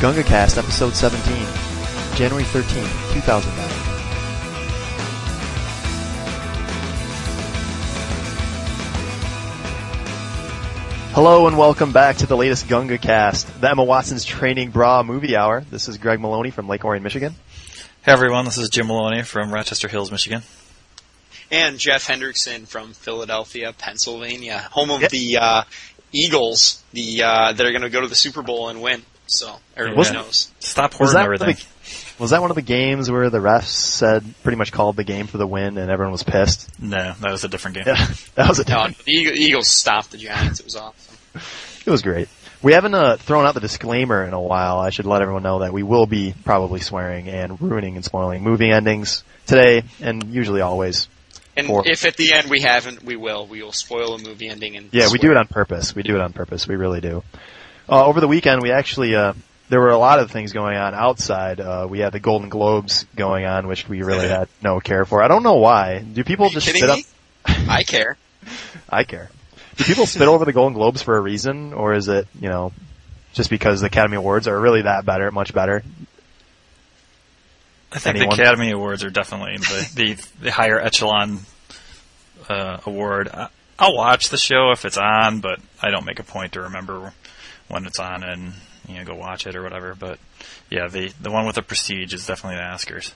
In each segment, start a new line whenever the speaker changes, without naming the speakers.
GungaCast, Episode 17, January 13, 2009. Hello and welcome back to the latest Gunga cast, the Emma Watson's Training Bra Movie Hour. This is Greg Maloney from Lake Orion, Michigan.
Hey everyone, this is Jim Maloney from Rochester Hills, Michigan.
and Jeff Hendrickson from Philadelphia, Pennsylvania, home of
Yep.
the uh, Eagles, the uh, that are going to go to the Super Bowl and win. So everybody
Wasn't-
knows.
Stop
Was
hoarding
that, one of
everything.
the, was that one of the games where the refs said pretty much called the game for the win and everyone was pissed?
No, that was a different game.
Yeah, that was a
No, the Eag- Eagles stopped the Giants. It was awesome.
It was great. We haven't uh, thrown out the disclaimer in a while. I should let everyone know that we will be probably swearing and ruining and spoiling movie endings today and usually always.
And
Four.
if at the end we haven't, we will. We will spoil a movie ending. And
Yeah, we do it on purpose. We do it on purpose. We really do. Uh, over the weekend, we actually uh, there were a lot of things going on outside. Uh, we had the Golden Globes going on, which we really had no care for. I don't know why. Do people
Are you
just
kidding
spit up?
me? I care.
I care. Do people spit over the Golden Globes for a reason, or is it you know just because the Academy Awards are really that better, much better?
I think
Anyone?
the Academy Awards are definitely the, the, the higher echelon uh, award. I, I'll watch the show if it's on, but I don't make a point to remember when it's on and you know go watch it or whatever. But yeah, the the one with the prestige is definitely the Oscars.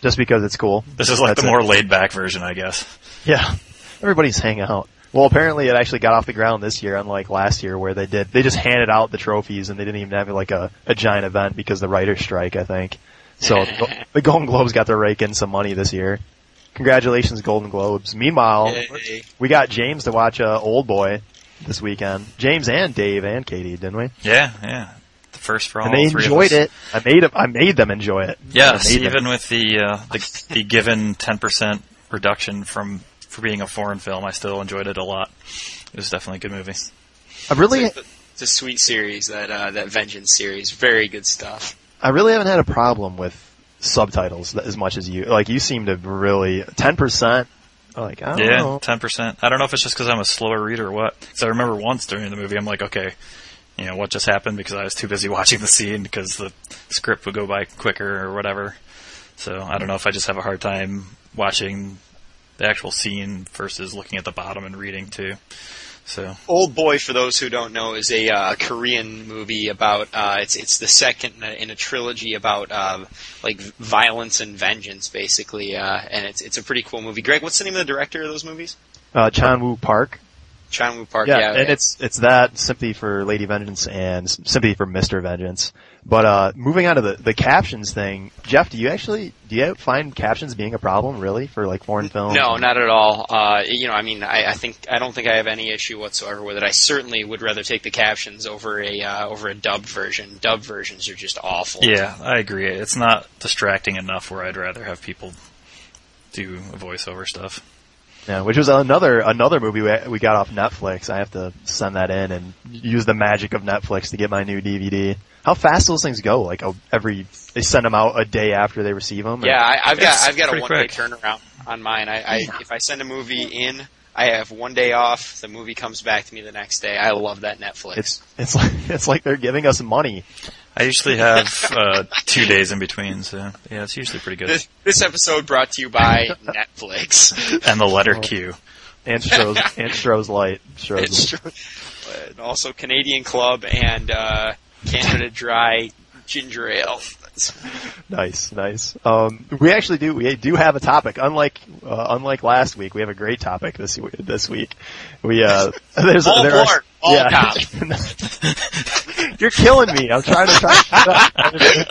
Just because it's cool.
This is like
That's
the
it.
more laid back version, I guess.
Yeah. Everybody's hanging out. Well, apparently it actually got off the ground this year, unlike last year where they did, they just handed out the trophies and they didn't even have like a, a giant event because the writer's strike, I think. So the Golden Globes got to rake in some money this year. Congratulations, Golden Globes. Meanwhile,
Yay.
we got James to watch uh, Old Boy this weekend. James and Dave and Katie, didn't we?
Yeah, yeah. The first for all
and they
three of
enjoyed
us.
it. I made 'em- I made them enjoy it.
Yes,
I made them.
even with the uh, the, the given ten percent reduction from for being a foreign film, I still enjoyed it a lot. It was definitely a good movie.
I really,
It's a- it's a sweet series that uh, that Vengeance series. Very good stuff.
I really haven't had a problem with subtitles th- as much as you. Like you seem to really ten percent. Like I don't
Yeah,
know.
ten percent. I don't know if it's just because I'm a slower reader or what. Because I remember once during the movie, I'm like, okay, you know what just happened because I was too busy watching the scene because the script would go by quicker or whatever. So I don't know if I just have a hard time watching the actual scene versus looking at the bottom and reading too. So
Old Boy, for those who don't know, is a uh, Korean movie about. Uh, it's it's the second in a, in a trilogy about uh, like violence and vengeance, basically, uh, and it's it's a pretty cool movie. Greg, what's the name of the director of those movies?
Uh, Chan Woo Park.
Chan Woo Park.
Yeah,
Yeah,
and it's it's that sympathy for Lady Vengeance and S- sympathy for Mister Vengeance. But uh, moving on to the the captions thing, Jeff, do you actually do you find captions being a problem really for like foreign films?
No, not at all. Uh, you know, I mean, I, I think I don't think I have any issue whatsoever with it. I certainly would rather take the captions over a uh, over a dubbed version. Dubbed versions are just awful.
Yeah, I agree. It's not distracting enough where I'd rather have people do voiceover stuff.
Yeah, which was another another movie we, we got off Netflix. I have to send that in and use the magic of Netflix to get my new DVD. How fast do those things go? Like oh, every they send them out a day after they receive them.
Yeah, I, I've
It's
got I've got a
pretty
one day
quick.
turnaround on mine. I, I if I send a movie in, I have one day off. The movie comes back to me the next day. I love that Netflix.
it's it's like it's like they're giving us money.
I usually have uh, two days in between, so yeah, it's usually pretty good.
this, this episode brought to you by Netflix.
And the letter Q.
And Stroh's and Stroh's light. Stroh's
It's
Light.
true. And also Canadian Club and uh, Canada Dry Ginger Ale.
nice, nice. Um, we actually do we do have a topic. Unlike uh, unlike last week, we have a great topic this w- this week. We uh, there's
All
there are-
war, all
yeah. You're killing me. I'm trying to try.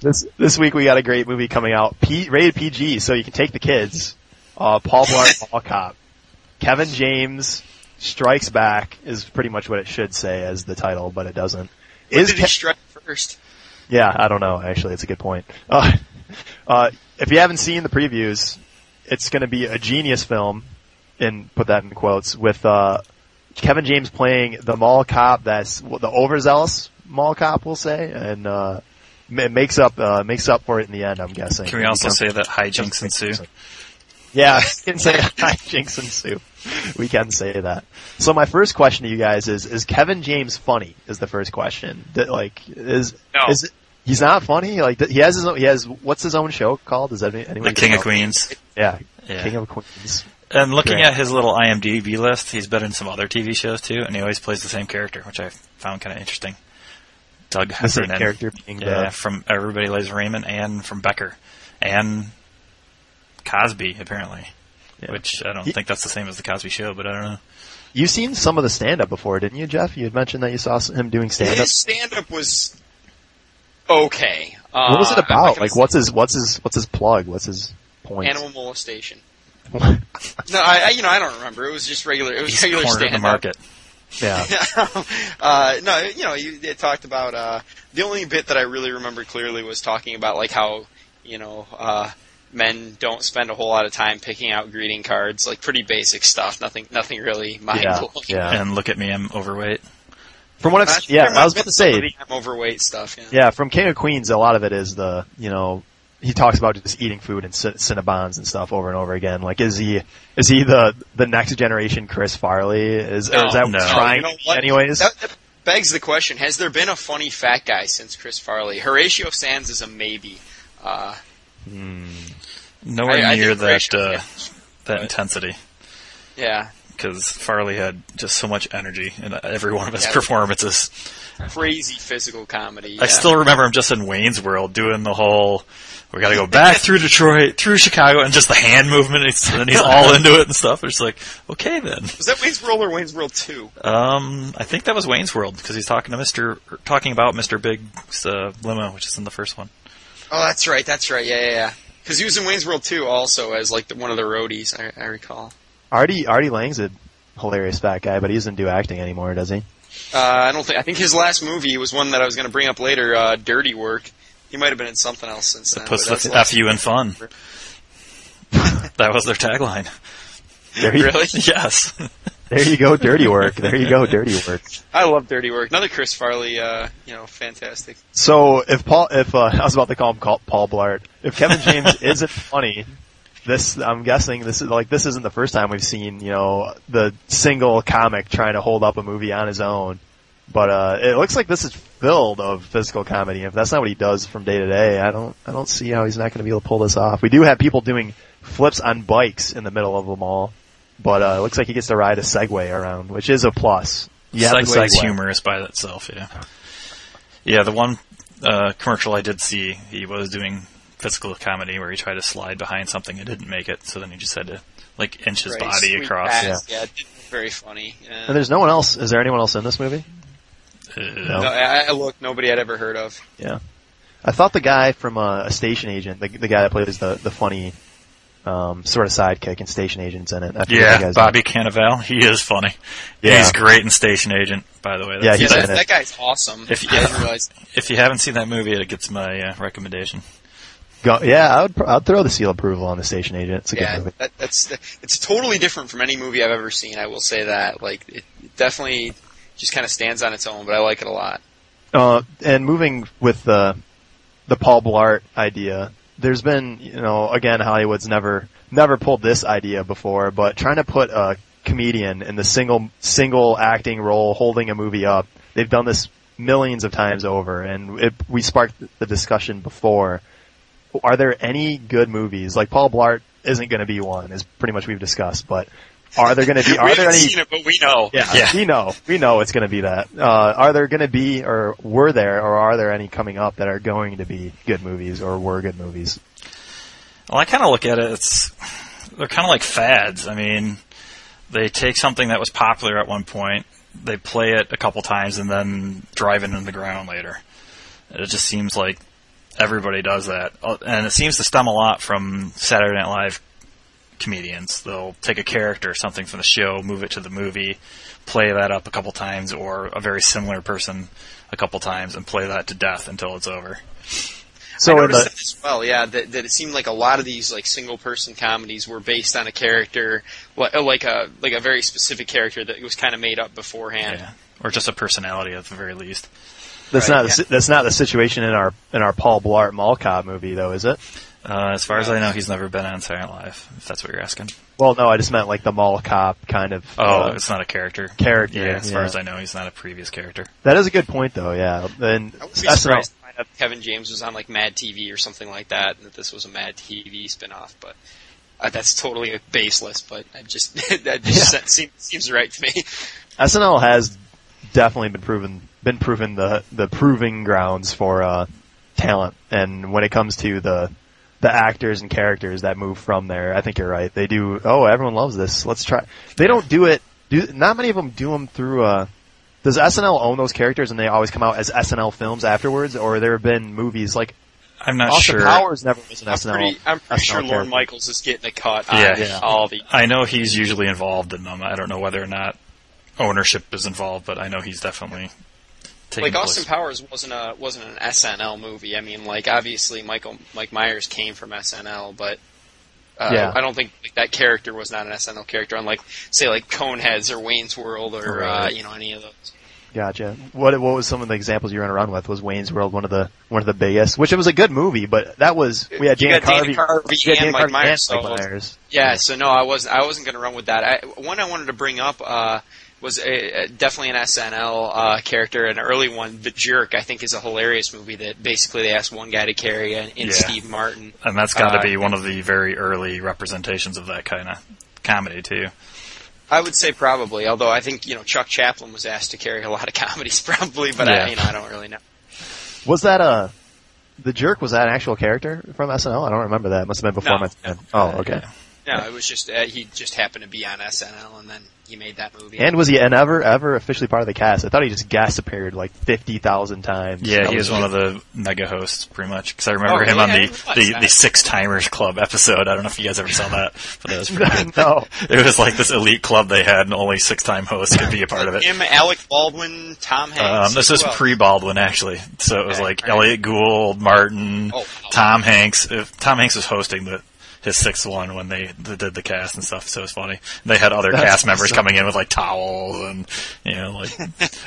this this week we got a great movie coming out, P, rated PG, so you can take the kids. Uh, Paul Blart Mall Cop. Kevin James strikes back is pretty much what it should say as the title, but it doesn't.
When
Is
did
Ke-
he strike first?
yeah, I don't know. Actually, it's a good point. Uh, uh, if you haven't seen the previews, it's going to be a genius film, and put that in quotes with uh, Kevin James playing the mall cop. That's the overzealous mall cop, we'll say, and uh, ma- makes up uh, makes up for it in the end. I'm guessing.
Can we also say that hijinks ensue?
Yeah, I can say hijinks ensue. we can say that. So my first question to you guys is: Is Kevin James funny? Is the first question that like is
No.
is he's not funny? Like th- he has his own, he has what's his own show called? Does any, anyone
The King of
know?
Queens.
Yeah,
Yeah.
King of Queens.
And looking
Right.
at his little IMDb list, he's been in some other TV shows too, and he always plays the same character, which I found kind of interesting. Doug
The same
Heffernan.
character being
Yeah,
the
from Everybody Loves Raymond and from Becker and Cosby apparently,
Yeah.
which I don't
He-
think that's the same as the Cosby Show, but I don't know.
You've seen some of the stand up before, didn't you, Jeff? You had mentioned that you saw s- him doing stand up.
His stand up was okay. Uh,
What was it
I'm not
about?
gonna
Like, what's his what's his what's his plug? What's his point?
Animal molestation. No, I, I you know I don't remember. It was just regular. It was
He's
regular
cornered
stand
the market.
yeah,
uh, no, you know, you, they talked about uh, the only bit that I really remember clearly was talking about like how you know uh, men don't spend a whole lot of time picking out greeting cards, like pretty basic stuff. Nothing, nothing really mind
yeah,
blowing.
yeah.
And look at me, I'm overweight.
From what I've
Uh,
s- yeah,
there might
I was
have
about to
been
say
some of the I'm overweight stuff. Yeah.
Yeah, from King of Queens, a lot of it is the, you know, he talks about just eating food and cin- Cinnabons and stuff over and over again. Like, is he, is he the, the next generation Chris Farley? Is, or is that
No.
what he's trying
You know
to be
what?
anyways?
That, that begs the question: Has there been a funny fat guy since Chris Farley? Horatio Sands is a maybe. Uh,
Nowhere
I- I
near
think
that
Horatio
uh, that
but-
intensity,
yeah,
because Farley had just so much energy in every one of his
Yeah.
performances.
crazy physical comedy.
I
yeah.
still remember him just in Wayne's World doing the whole. We got to go back through Detroit, through Chicago, and just the hand movement. And he's, and he's all into it and stuff. It's like, okay then.
was that Wayne's World or Wayne's World Two?
Um, I think that was Wayne's World because he's talking to Mister, talking about Mister Big's uh, limo, which is in the first one.
Oh, that's right. That's right. Yeah, yeah, yeah. Because he was in Wayne's World 2 also as like the, one of the roadies. I, I recall.
Artie, Artie Lang's a hilarious fat guy, but he doesn't do acting anymore, does he?
Uh, I don't think. I think his last movie was one that I was going to bring up later. Uh, Dirty Work. He might have been in something else since then.
Puts
but that's
the
the last-
f you in fun. that was their tagline.
There you,
Really?
Yes.
there you go, dirty work. There you go, dirty work.
I love Dirty Work. Another Chris Farley. Uh, you know, fantastic.
So if Paul, if, uh, I was about to call him Col- Paul Blart, if Kevin James isn't funny, this, I'm guessing this is like, this isn't the first time we've seen, you know, the single comic trying to hold up a movie on his own. But, uh, it looks like this is filled of physical comedy. If that's not what he does from day to day, I don't, I don't see how he's not going to be able to pull this off. We do have people doing flips on bikes in the middle of them all, but, uh, it looks like he gets to ride a Segway around, which is a plus. You have the
Segway is
Segway.
humorous by itself, yeah. Yeah, the one uh, commercial I did see, he was doing physical comedy where he tried to slide behind something and didn't make it, so then he just had to like inch his
Right,
body
sweet
across.
ass. Yeah, it did look very funny. Yeah.
And there's no one else. Is there anyone else in this movie?
Uh,
No, I, I look nobody I'd ever heard of.
Yeah. I thought the guy from uh, a station agent, the, the guy that plays the the funny um, sort of sidekick in Station Agents in it. I forget the
Yeah,
guy's
Bobby Cannavale, he is funny.
Yeah.
He's great in Station Agent, by the way.
Yeah,
Yeah,
he's
that,
in it.
that guy's awesome.
If-
I didn't realize.
If you haven't seen that movie, it gets my uh, recommendation.
name. Go, yeah, I would pr- I'd throw the seal of approval on the Station Agent. It's a good
Yeah,
movie.
that, that's it's totally different from any movie I've ever seen. I will say that. Like, it definitely just kind of stands on its own, but I like it a lot.
Uh, and moving with the the Paul Blart idea, there's been you know again Hollywood's never never pulled this idea before, but trying to put a comedian in the single single acting role holding a movie up, they've done this millions of times over, and it, we sparked the discussion before. Are there any good movies like Paul Blart isn't going to be one, is pretty much we've discussed, but are there going to be
we
are there
haven't
any
seen it, but we know.
yeah,
Yeah.
we know. We know it's going to be that. Uh, are there going to be, or were there, or are there any coming up that are going to be good movies or were good movies?
Well, I kind of look at it. It's they're kind of like fads. I mean, they take something that was popular at one point, they play it a couple times, and then drive it into the ground later. It just seems like everybody does that, Uh, and it seems to stem a lot from Saturday Night Live comedians. They'll take a character or something from the show, move it to the movie, play that up a couple times, or a very similar person a couple times, and play that to death until it's over.
So,
I
in
noticed
the,
that as well, yeah, that, that it seemed like a lot of these like single person comedies were based on a character, li- uh, like a like a very specific character that was kind of made up beforehand.
Yeah. Or just a personality at the very least.
that's
right,
not the, si- that's not the situation in our in our Paul Blart Mall Cop movie, though, is it?
Uh, as far as I know, he's never been on Silent Live. If that's what you're asking.
Well, no, I just meant like the mall cop kind of.
Oh,
uh,
it's not a character.
character,
Yeah, as far
yeah.
as I know, he's not a previous character.
that is a good point though. Yeah, and
I would be
SNL
surprised to find out if Kevin James was on like Mad TV or something like that, and that this was a Mad TV spinoff. But uh, that's totally baseless. But I just that just seems, seems right to me.
SNL has definitely been proven been proven the the proving grounds for uh, talent, and when it comes to the the actors and characters that move from there, I think you're right. They do. Oh, everyone loves this. Let's try. They don't do it. Do not many of them do them through. Uh, does SNL own those characters and they always come out as SNL films afterwards, or there have been movies like
I'm not
Austin
sure.
Powers never was an
I'm
SNL.
pretty, I'm pretty
SNL
sure Lorne
character.
Michaels is getting a cut on
Yeah. Yeah.
all the.
I know he's usually involved in them. I don't know whether or not ownership is involved, but I know he's definitely taking
Like Austin
place.
Powers wasn't a wasn't an SNL movie. I mean, like obviously Michael Mike Myers came from SNL, but uh,
Yeah.
I don't think like, that character was not an SNL character. Unlike say like Coneheads or Wayne's World or uh,
Right.
you know any of those.
Gotcha. What what was some of the examples you ran around with? Was Wayne's World one of the one of the biggest? Which it was a good movie, but that was we had
You
Janet
got
Carvey,
Dana Carvey
we had
and
Janet
Mike
Carvey
Myers,
and
so-
Mike Myers.
Yeah, so no, I wasn't. I wasn't going to run with that. I, one I wanted to bring up uh, was a, a- definitely an SNL uh, character, an early one. The Jerk, I think, is a hilarious movie that basically they asked one guy to carry in, in
Yeah.
Steve Martin.
And that's got to
Uh,
be one of the very early representations of that kind of comedy too.
I would say probably, although I think you know Chuck Chaplin was asked to carry a lot of comedies, probably. But
Yeah.
I, you know, I don't really know.
Was that a the jerk? Was that an actual character from SNL? I don't remember that. It must have been before
No.
my time. Oh, okay.
No, it was just uh, he just happened to be on SNL, and then he made that movie.
And was he an ever ever officially part of the cast? I thought he just guest appeared like fifty thousand times.
Yeah,
That
he
was
was one of the mega hosts, pretty much. Because I remember
Oh,
him
yeah,
on
I
the,
didn't realize
the,
that.
the Six Timers Club episode. I don't know if you guys ever saw that, but that was pretty good.
no.
It was like this elite club they had, and only six time hosts could be a part of it.
him, Alec Baldwin, Tom Hanks.
Um, this
who
is
else?
pre Baldwin, actually. So it was
Okay,
like
all right.
Elliot Gould, Martin,
Oh, wow.
Tom Hanks. If, Tom Hanks was hosting the his sixth one when they, they did the cast and stuff, so it's funny. They had other
That's
cast members
awesome.
coming in with like towels and you know like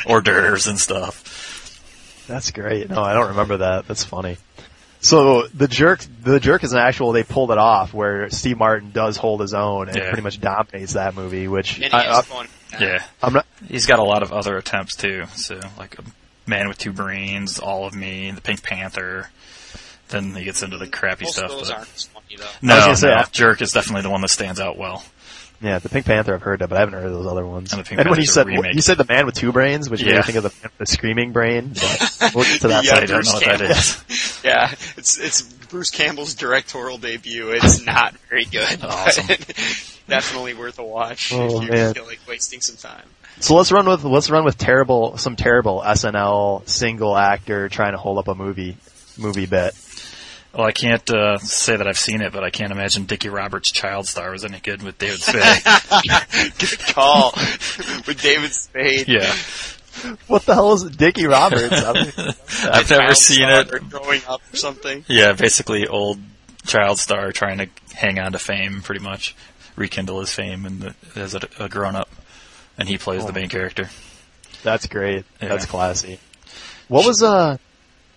hors d'oeuvres and stuff.
That's great. No, I don't remember that. That's funny. So the jerk, the jerk is an actual. They pulled it off where Steve Martin does hold his own and
Yeah.
pretty much dominates that movie. Which
And he
I,
has
I,
fun.
Yeah,
I'm not.
he's got a lot of other attempts too. So like Man with Two Brains, All of Me, The Pink Panther. Then he gets into the crappy
Most
stuff.
of those
but-
aren't as funny though.
I was
No,
gonna say,
no,
I-
Jerk is definitely the one that stands out well.
Yeah, the Pink Panther I've heard of, but I haven't heard of those other ones.
And the Pink
when you
Panther's a
said
remake.
you said the man with two brains, which made
Yeah.
me think of the, man with the screaming brain. But we'll get to that.
Yeah,
I
later.
don't know what that
Bruce
is.
Yeah, it's it's Bruce Campbell's directorial debut. It's not very good. but
Awesome.
Definitely worth a watch
Oh,
if you
man.
feel like wasting some time.
So let's run with let's run with terrible some terrible SNL single actor trying to hold up a movie movie bit.
Well, I can't uh, say that I've seen it, but I can't imagine Dickie Roberts' Child Star was any good with David Spade.
Good call with David Spade.
yeah,
What the hell is Dickie Roberts? I mean,
I've never
Child
seen
star
it.
Or growing up or something.
Yeah, basically old Child Star trying to hang on to fame, pretty much rekindle his fame, and the, as a, a grown up, and he plays the
Oh.
main character.
that's great.
Yeah.
That's classy. What was uh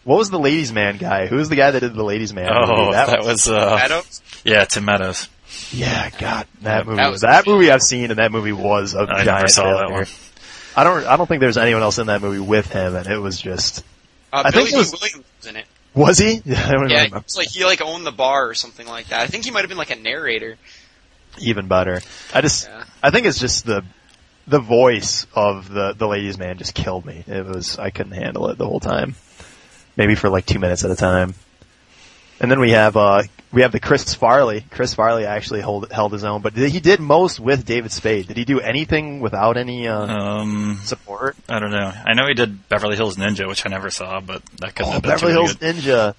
what was the ladies man guy? Who was the guy that did the ladies man?
Oh,
movie?
that, was, uh,
Adams?
yeah, Tim Meadows.
yeah, God, that movie
That
that,
was-
movie I've seen and that movie was a
I
giant
never saw that
failure.
one.
I don't. I don't think there's anyone else in that movie with him, and it was just.
Uh,
I think
Billy
it
Dee
was-
Williams was in it.
Was he? I don't
Yeah,
remember.
it's like he like owned the bar or something like that. I think he might have been like a narrator.
Even better. I just.
Yeah.
I think it's just the the voice of the the ladies man just killed me. It was I couldn't handle it the whole time. Maybe for like two minutes at a time. And then we have uh we have the Chris Farley. Chris Farley actually hold, held his own, but he did most with David Spade. Did he do anything without any uh,
Um,
support?
I don't know. I know he did Beverly Hills Ninja, which I never saw, but that could
Oh,
have been
Beverly
really
Hills
good.
Ninja.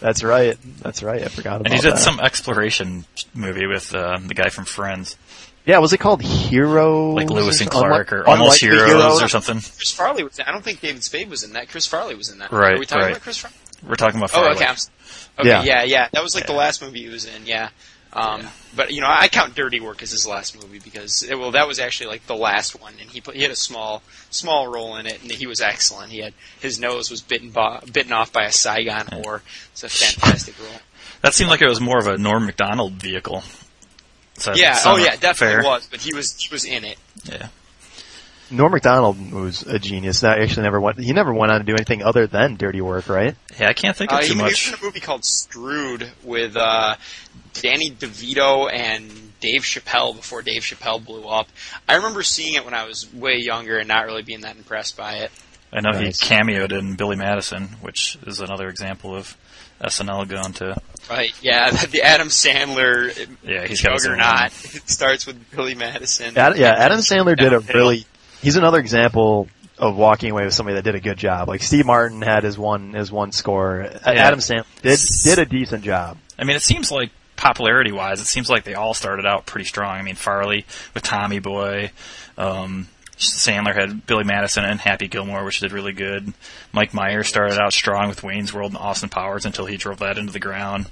That's right. That's right. I forgot about
And he did
that.
some exploration movie with uh, the guy from Friends.
Yeah, was it called Heroes?
like Lewis and
Unli-
Clark or Almost
Unlikely
Heroes, or something.
Chris Farley was. I don't think David Spade was in that. Chris Farley was in that.
Right,
Are we talking
right.
about Chris Farley?
We're talking about
Oh,
Farley.
okay. I'm, s- okay,
Yeah.
yeah. yeah, That was like the last movie he was in. Yeah. Um, But you know, I count Dirty Work as his last movie because it, well, that was actually like the last one, and he put, he had a small small role in it, and he was excellent. He had his nose was bitten bo- bitten off by a Saigon whore. It's a fantastic role.
That seemed like it was more of a Norm Macdonald vehicle. So I think
Yeah.
it's
Oh
not
yeah, definitely
fair.
was. But he was he was in it.
Yeah.
Norm Macdonald was a genius. That actually never went. He never went on to do anything other than dirty work, right?
Yeah, I can't think of
Uh,
too
he,
much.
He was in a movie called Strood with uh, Danny DeVito and Dave Chappelle before Dave Chappelle blew up. I remember seeing it when I was way younger and not really being that impressed by it.
I know
Nice.
he cameoed in Billy Madison, which is another example of SNL going to.
Right? Yeah, the, the Adam Sandler
Yeah, he's got his own
juggernaut it starts with Billy Madison.
Ad, yeah, Adam Sandler did a really. He's another example of walking away with somebody that did a good job. Like Steve Martin had his one his one score. A-
Yeah.
Adam Sandler did did a decent job.
I mean, it seems like popularity wise, it seems like they all started out pretty strong. I mean, Farley with Tommy Boy, um, Sandler had Billy Madison and Happy Gilmore, which did really good. Mike Myers started out strong with Wayne's World and Austin Powers until he drove that into the ground.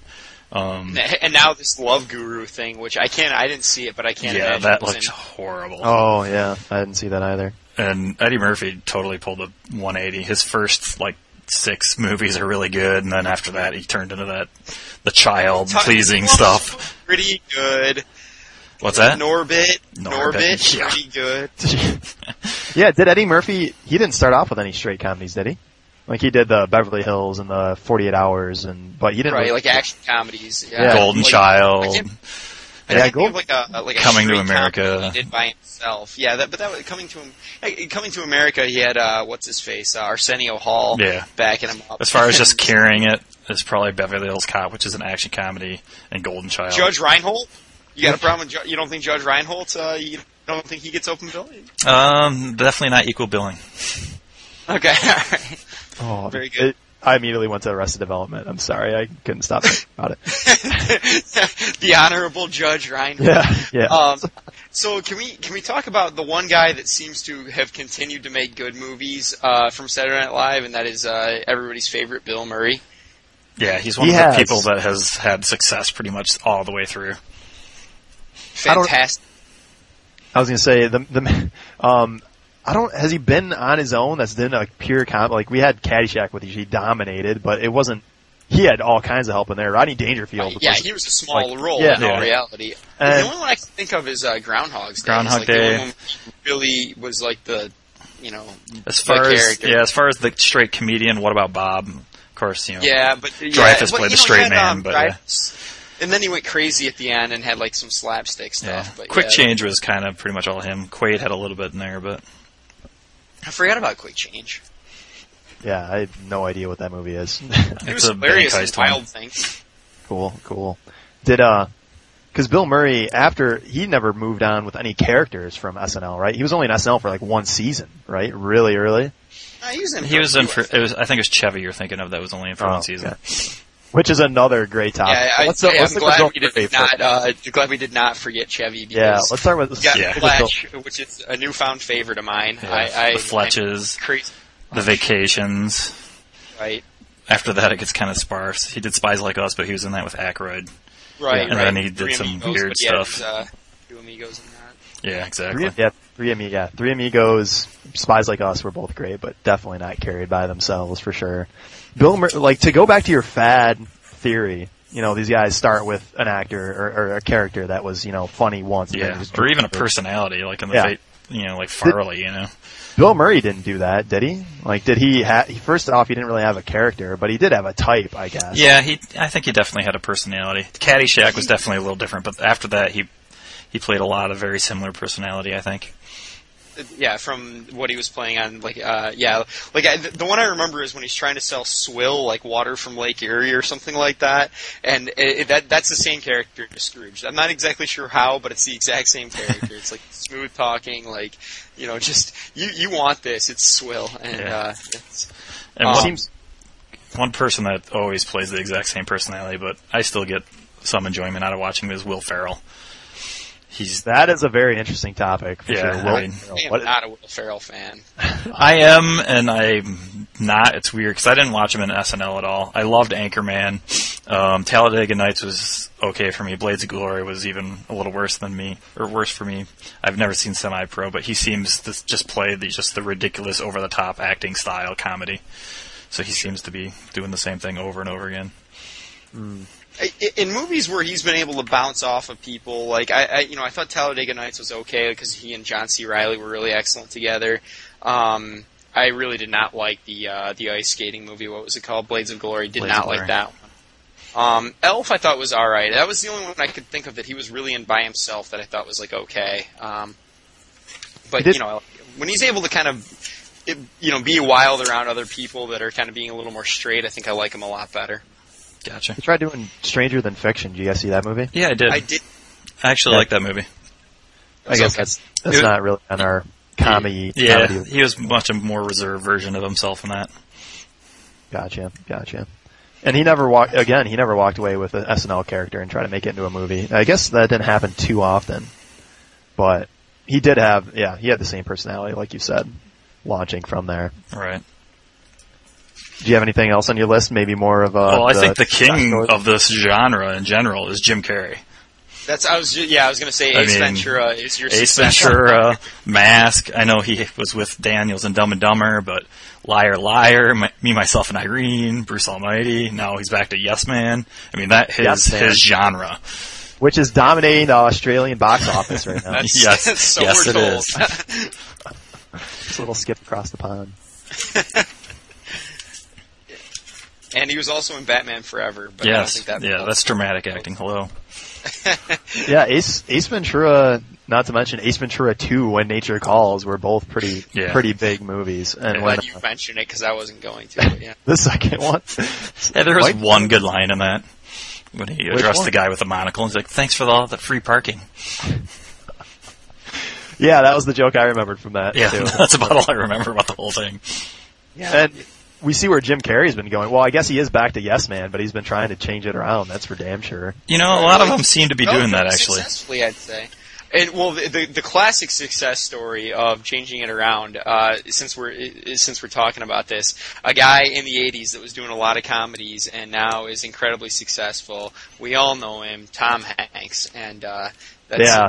Um,
And now this love guru thing, which I can't, I didn't see it, but I can't
yeah,
imagine.
that
it was
looked
in-
horrible.
Oh yeah, I didn't see that either.
And Eddie Murphy totally pulled a 180. His first like six movies are really good, and then after that, he turned into that the child pleasing
Tuck-
stuff.
Pretty good.
What's that?
Norbit.
Norbit,
Norbit.
yeah.
Pretty good.
yeah, did Eddie Murphy? He didn't start off with any straight comedies, did he? Like he did the Beverly Hills and the Forty Eight Hours, and but he didn't.
Right,
really-
like action comedies. Yeah.
Yeah.
Golden
Like-
Child.
I can't- I
Yeah,
can't
Gold-
think of like a like a
Coming to
straight
America.
comedy he did by himself. Yeah, that, but that was coming to him. eh, Coming to America, he had uh, what's his face uh, Arsenio Hall.
Yeah.
backing him up.
As far as just carrying it, it's probably Beverly Hills Cop, which is an action comedy, and Golden Child.
Judge Reinhold, you got a problem? With Ju- you don't think Judge Reinhold? Uh, you don't think he gets open billing?
Um, definitely not equal billing.
Okay, all right.
oh,
very good.
it- I immediately went to Arrested Development. I'm sorry, I couldn't stop thinking about it.
the Honorable Judge Reinhold.
Yeah, yeah.
Um, so can we can we talk about the one guy that seems to have continued to make good movies uh, from Saturday Night Live, and that is uh, everybody's favorite Bill Murray.
Yeah, he's one
He
of
has.
the people that has had success pretty much all the way through.
I don't-
Fantastic.
I was gonna say the the um I don't has he been on his own that's been a pure comp like we had Caddyshack with which he dominated but it wasn't he had all kinds of help in there Rodney Dangerfield
Uh, yeah,
was-
he was a small
like,
role
yeah.
in
Yeah.
all reality.
And-
the only one I can think of is uh, Groundhog's Day.
Groundhog
It's like the
Day.
only one where he really was like the, you know,
As far as
character.
yeah, as far as the straight comedian, what about Bob? Of course, you know.
yeah, but yeah,
Dreyfus
but,
played the
you know, he
straight
had,
man,
um,
but, yeah.
Dreyfus- and then he went crazy at the end and had like some slapstick
yeah.
stuff. But
Quick
yeah.
Change was kind of pretty much all him. Quaid had a little bit in there, but
I forgot about Quick Change.
yeah I have no idea what that movie is
It
It's
was
a bank
hilarious and
heist one.
wild thing.
cool cool did uh because Bill Murray after he never moved on with any characters from SNL right he was only in SNL for like one season right really early
No, he was in.
he was in.
Bruce
For,
Willis.
it was I think it was Chevy you're thinking of that was only in for
Oh,
one season.
which is another great topic
yeah,
Uh,
I,
Let's start-
yeah,
let's
I'm
stick with
glad
Bill
we
Murray
did
for-
not. Uh, glad we did not forget Chevy. Because
yeah let's start with
we got
yeah.
Fletch, which is a newfound favorite of mine.
Yeah.
I, I,
the Fletches,
I'm crazy,
the Vacations.
right,
After that, it gets kind of sparse. He did Spies Like Us, but he was in that with Aykroyd.
right,
And
right.
then he did
Three
some
Amigos,
weird
but yeah,
stuff.
it was, uh, two amigos in that.
Yeah, exactly.
Three, yeah, three amigos. Yeah, three amigos. Spies like us were both great, but definitely not carried by themselves for sure. Bill, Mur- like to go back to your fad theory. You know, these guys start with an actor or, or a character that was you know funny once. and then
Yeah,
just-
or even a personality, like in the
Yeah.
fate, you know, like Farley, you know.
Bill Murray didn't do that, did he? Like, did he? Ha- first off, he didn't really have a character, but he did have a type, I guess.
Yeah, he. I think he definitely had a personality. Caddyshack was definitely a little different, but after that, he he played a lot of very similar personality. I think.
yeah, from what he was playing on, like, uh, yeah, like I, the one I remember is when he's trying to sell swill, like water from Lake Erie or something like that, and it, it- that that's the same character as Scrooge. I'm not exactly sure how, but it's the exact same character. it's like smooth talking, like, you know, just you you want this, it's swill, and
Yeah.
uh, it's,
And
Um,
one,
Seems
one person that always plays the exact same personality, but I still get some enjoyment out of watching him is Will Ferrell. He's.
that is a very interesting topic. For
Yeah,
sure.
I mean-
Will-
I am
what-
not a Will Ferrell fan.
I am, and I'm not, it's weird because I didn't watch him in SNL at all. I loved Anchorman. Um, Talladega Nights was okay for me. Blades of Glory was even a little worse than me, or worse for me. I've never seen Semi Pro, but he seems to just play the, just the ridiculous, over the top acting style comedy. So he seems to be doing the same thing over and over again.
I- in movies where he's been able to bounce off of people, like I, I you know, I thought Talladega Nights was okay because he and John C. Riley were really excellent together. Um, I really did not like the uh, the ice skating movie. What was it called? Blades of Glory. Did
Blades
not
of
like
Glory.
that one. Um, Elf, I thought was all right. That was the only one I could think of that he was really in by himself that I thought was like okay. Um, but
He did-
you know, when he's able to kind of it, you know be wild around other people that are kind of being a little more straight, I think I like him a lot better.
Gotcha.
He tried doing Stranger Than Fiction. Do you guys see that movie?
Yeah, I did.
I
I,
did.
actually
Yeah.
like that movie.
I guess that's that's
It-
not really on our comedy.
Yeah,
comedy.
he was much a more reserved version of himself in that.
Gotcha, gotcha. And he never walked again. He never walked away with an SNL character and tried to make it into a movie. I guess that didn't happen too often, but he did have. Yeah, he had the same personality, like you said, launching from there.
Right.
Do you have anything else on your list? Maybe more of uh, a.
well, I think the king of this genre in general is Jim Carrey.
That's I was ju- yeah I was gonna say
I
Ace
mean,
Ventura is your
Ace
successor.
Ventura, Mask. I know he was with Daniels and Dumb and Dumber, but Liar Liar, my, Me Myself and Irene, Bruce Almighty. Now he's back to Yes Man. I mean that his
Yes Man.
his genre.
which is dominating the Australian box office right now.
That's,
Yes.
that's so
Yes,
we're
it
told.
is.
Just a little skip across the pond.
and he was also in Batman Forever. But I don't
yes,
think that
yeah, that's dramatic acting. Hello.
Yeah, Ace Ace Ventura, not to mention Ace Ventura Two: When Nature Calls, were both pretty
Yeah.
pretty big movies. And
Yeah.
when uh,
Glad you mentioned it because I wasn't going to. But yeah.
the second one,
Yeah, there was
White-
one good line in that when he
Which
addressed
one?
the guy with the monocle. He's like, "Thanks for all the free parking."
Yeah, that was the joke I remembered from that.
Yeah,
too.
that's about all I remember about the whole thing.
And we see where Jim Carrey's been going. Well, I guess he is back to Yes Man, but he's been trying to change it around. That's for damn sure.
You know, a lot of them seem to be doing that
Relatively
actually.
Successfully, I'd say. And well, the, the the classic success story of changing it around. Uh, since we're i- since we're talking about this, a guy in the '80s that was doing a lot of comedies and now is incredibly successful. We all know him, Tom Hanks, and uh, that's,
Yeah.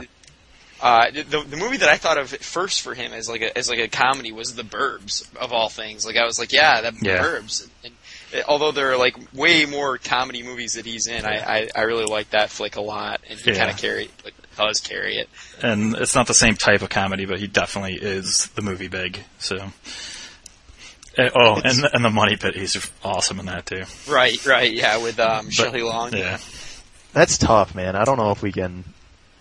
Uh, the the movie that I thought of first for him as like a as like a comedy was The Burbs of all things. Like I was like, yeah, that
Yeah.
Burbs. And, Uh, although there are like way more comedy movies that he's in, I I, I really like that flick a lot, and he
Yeah.
kind of carry like does carry it.
and it's not the same type of comedy, but he definitely is the movie big. So, and, oh, and and the money pit, he's awesome in that too.
Right, right, yeah, with um, Shelley Long.
Yeah,
That's tough, man. I don't know if we can.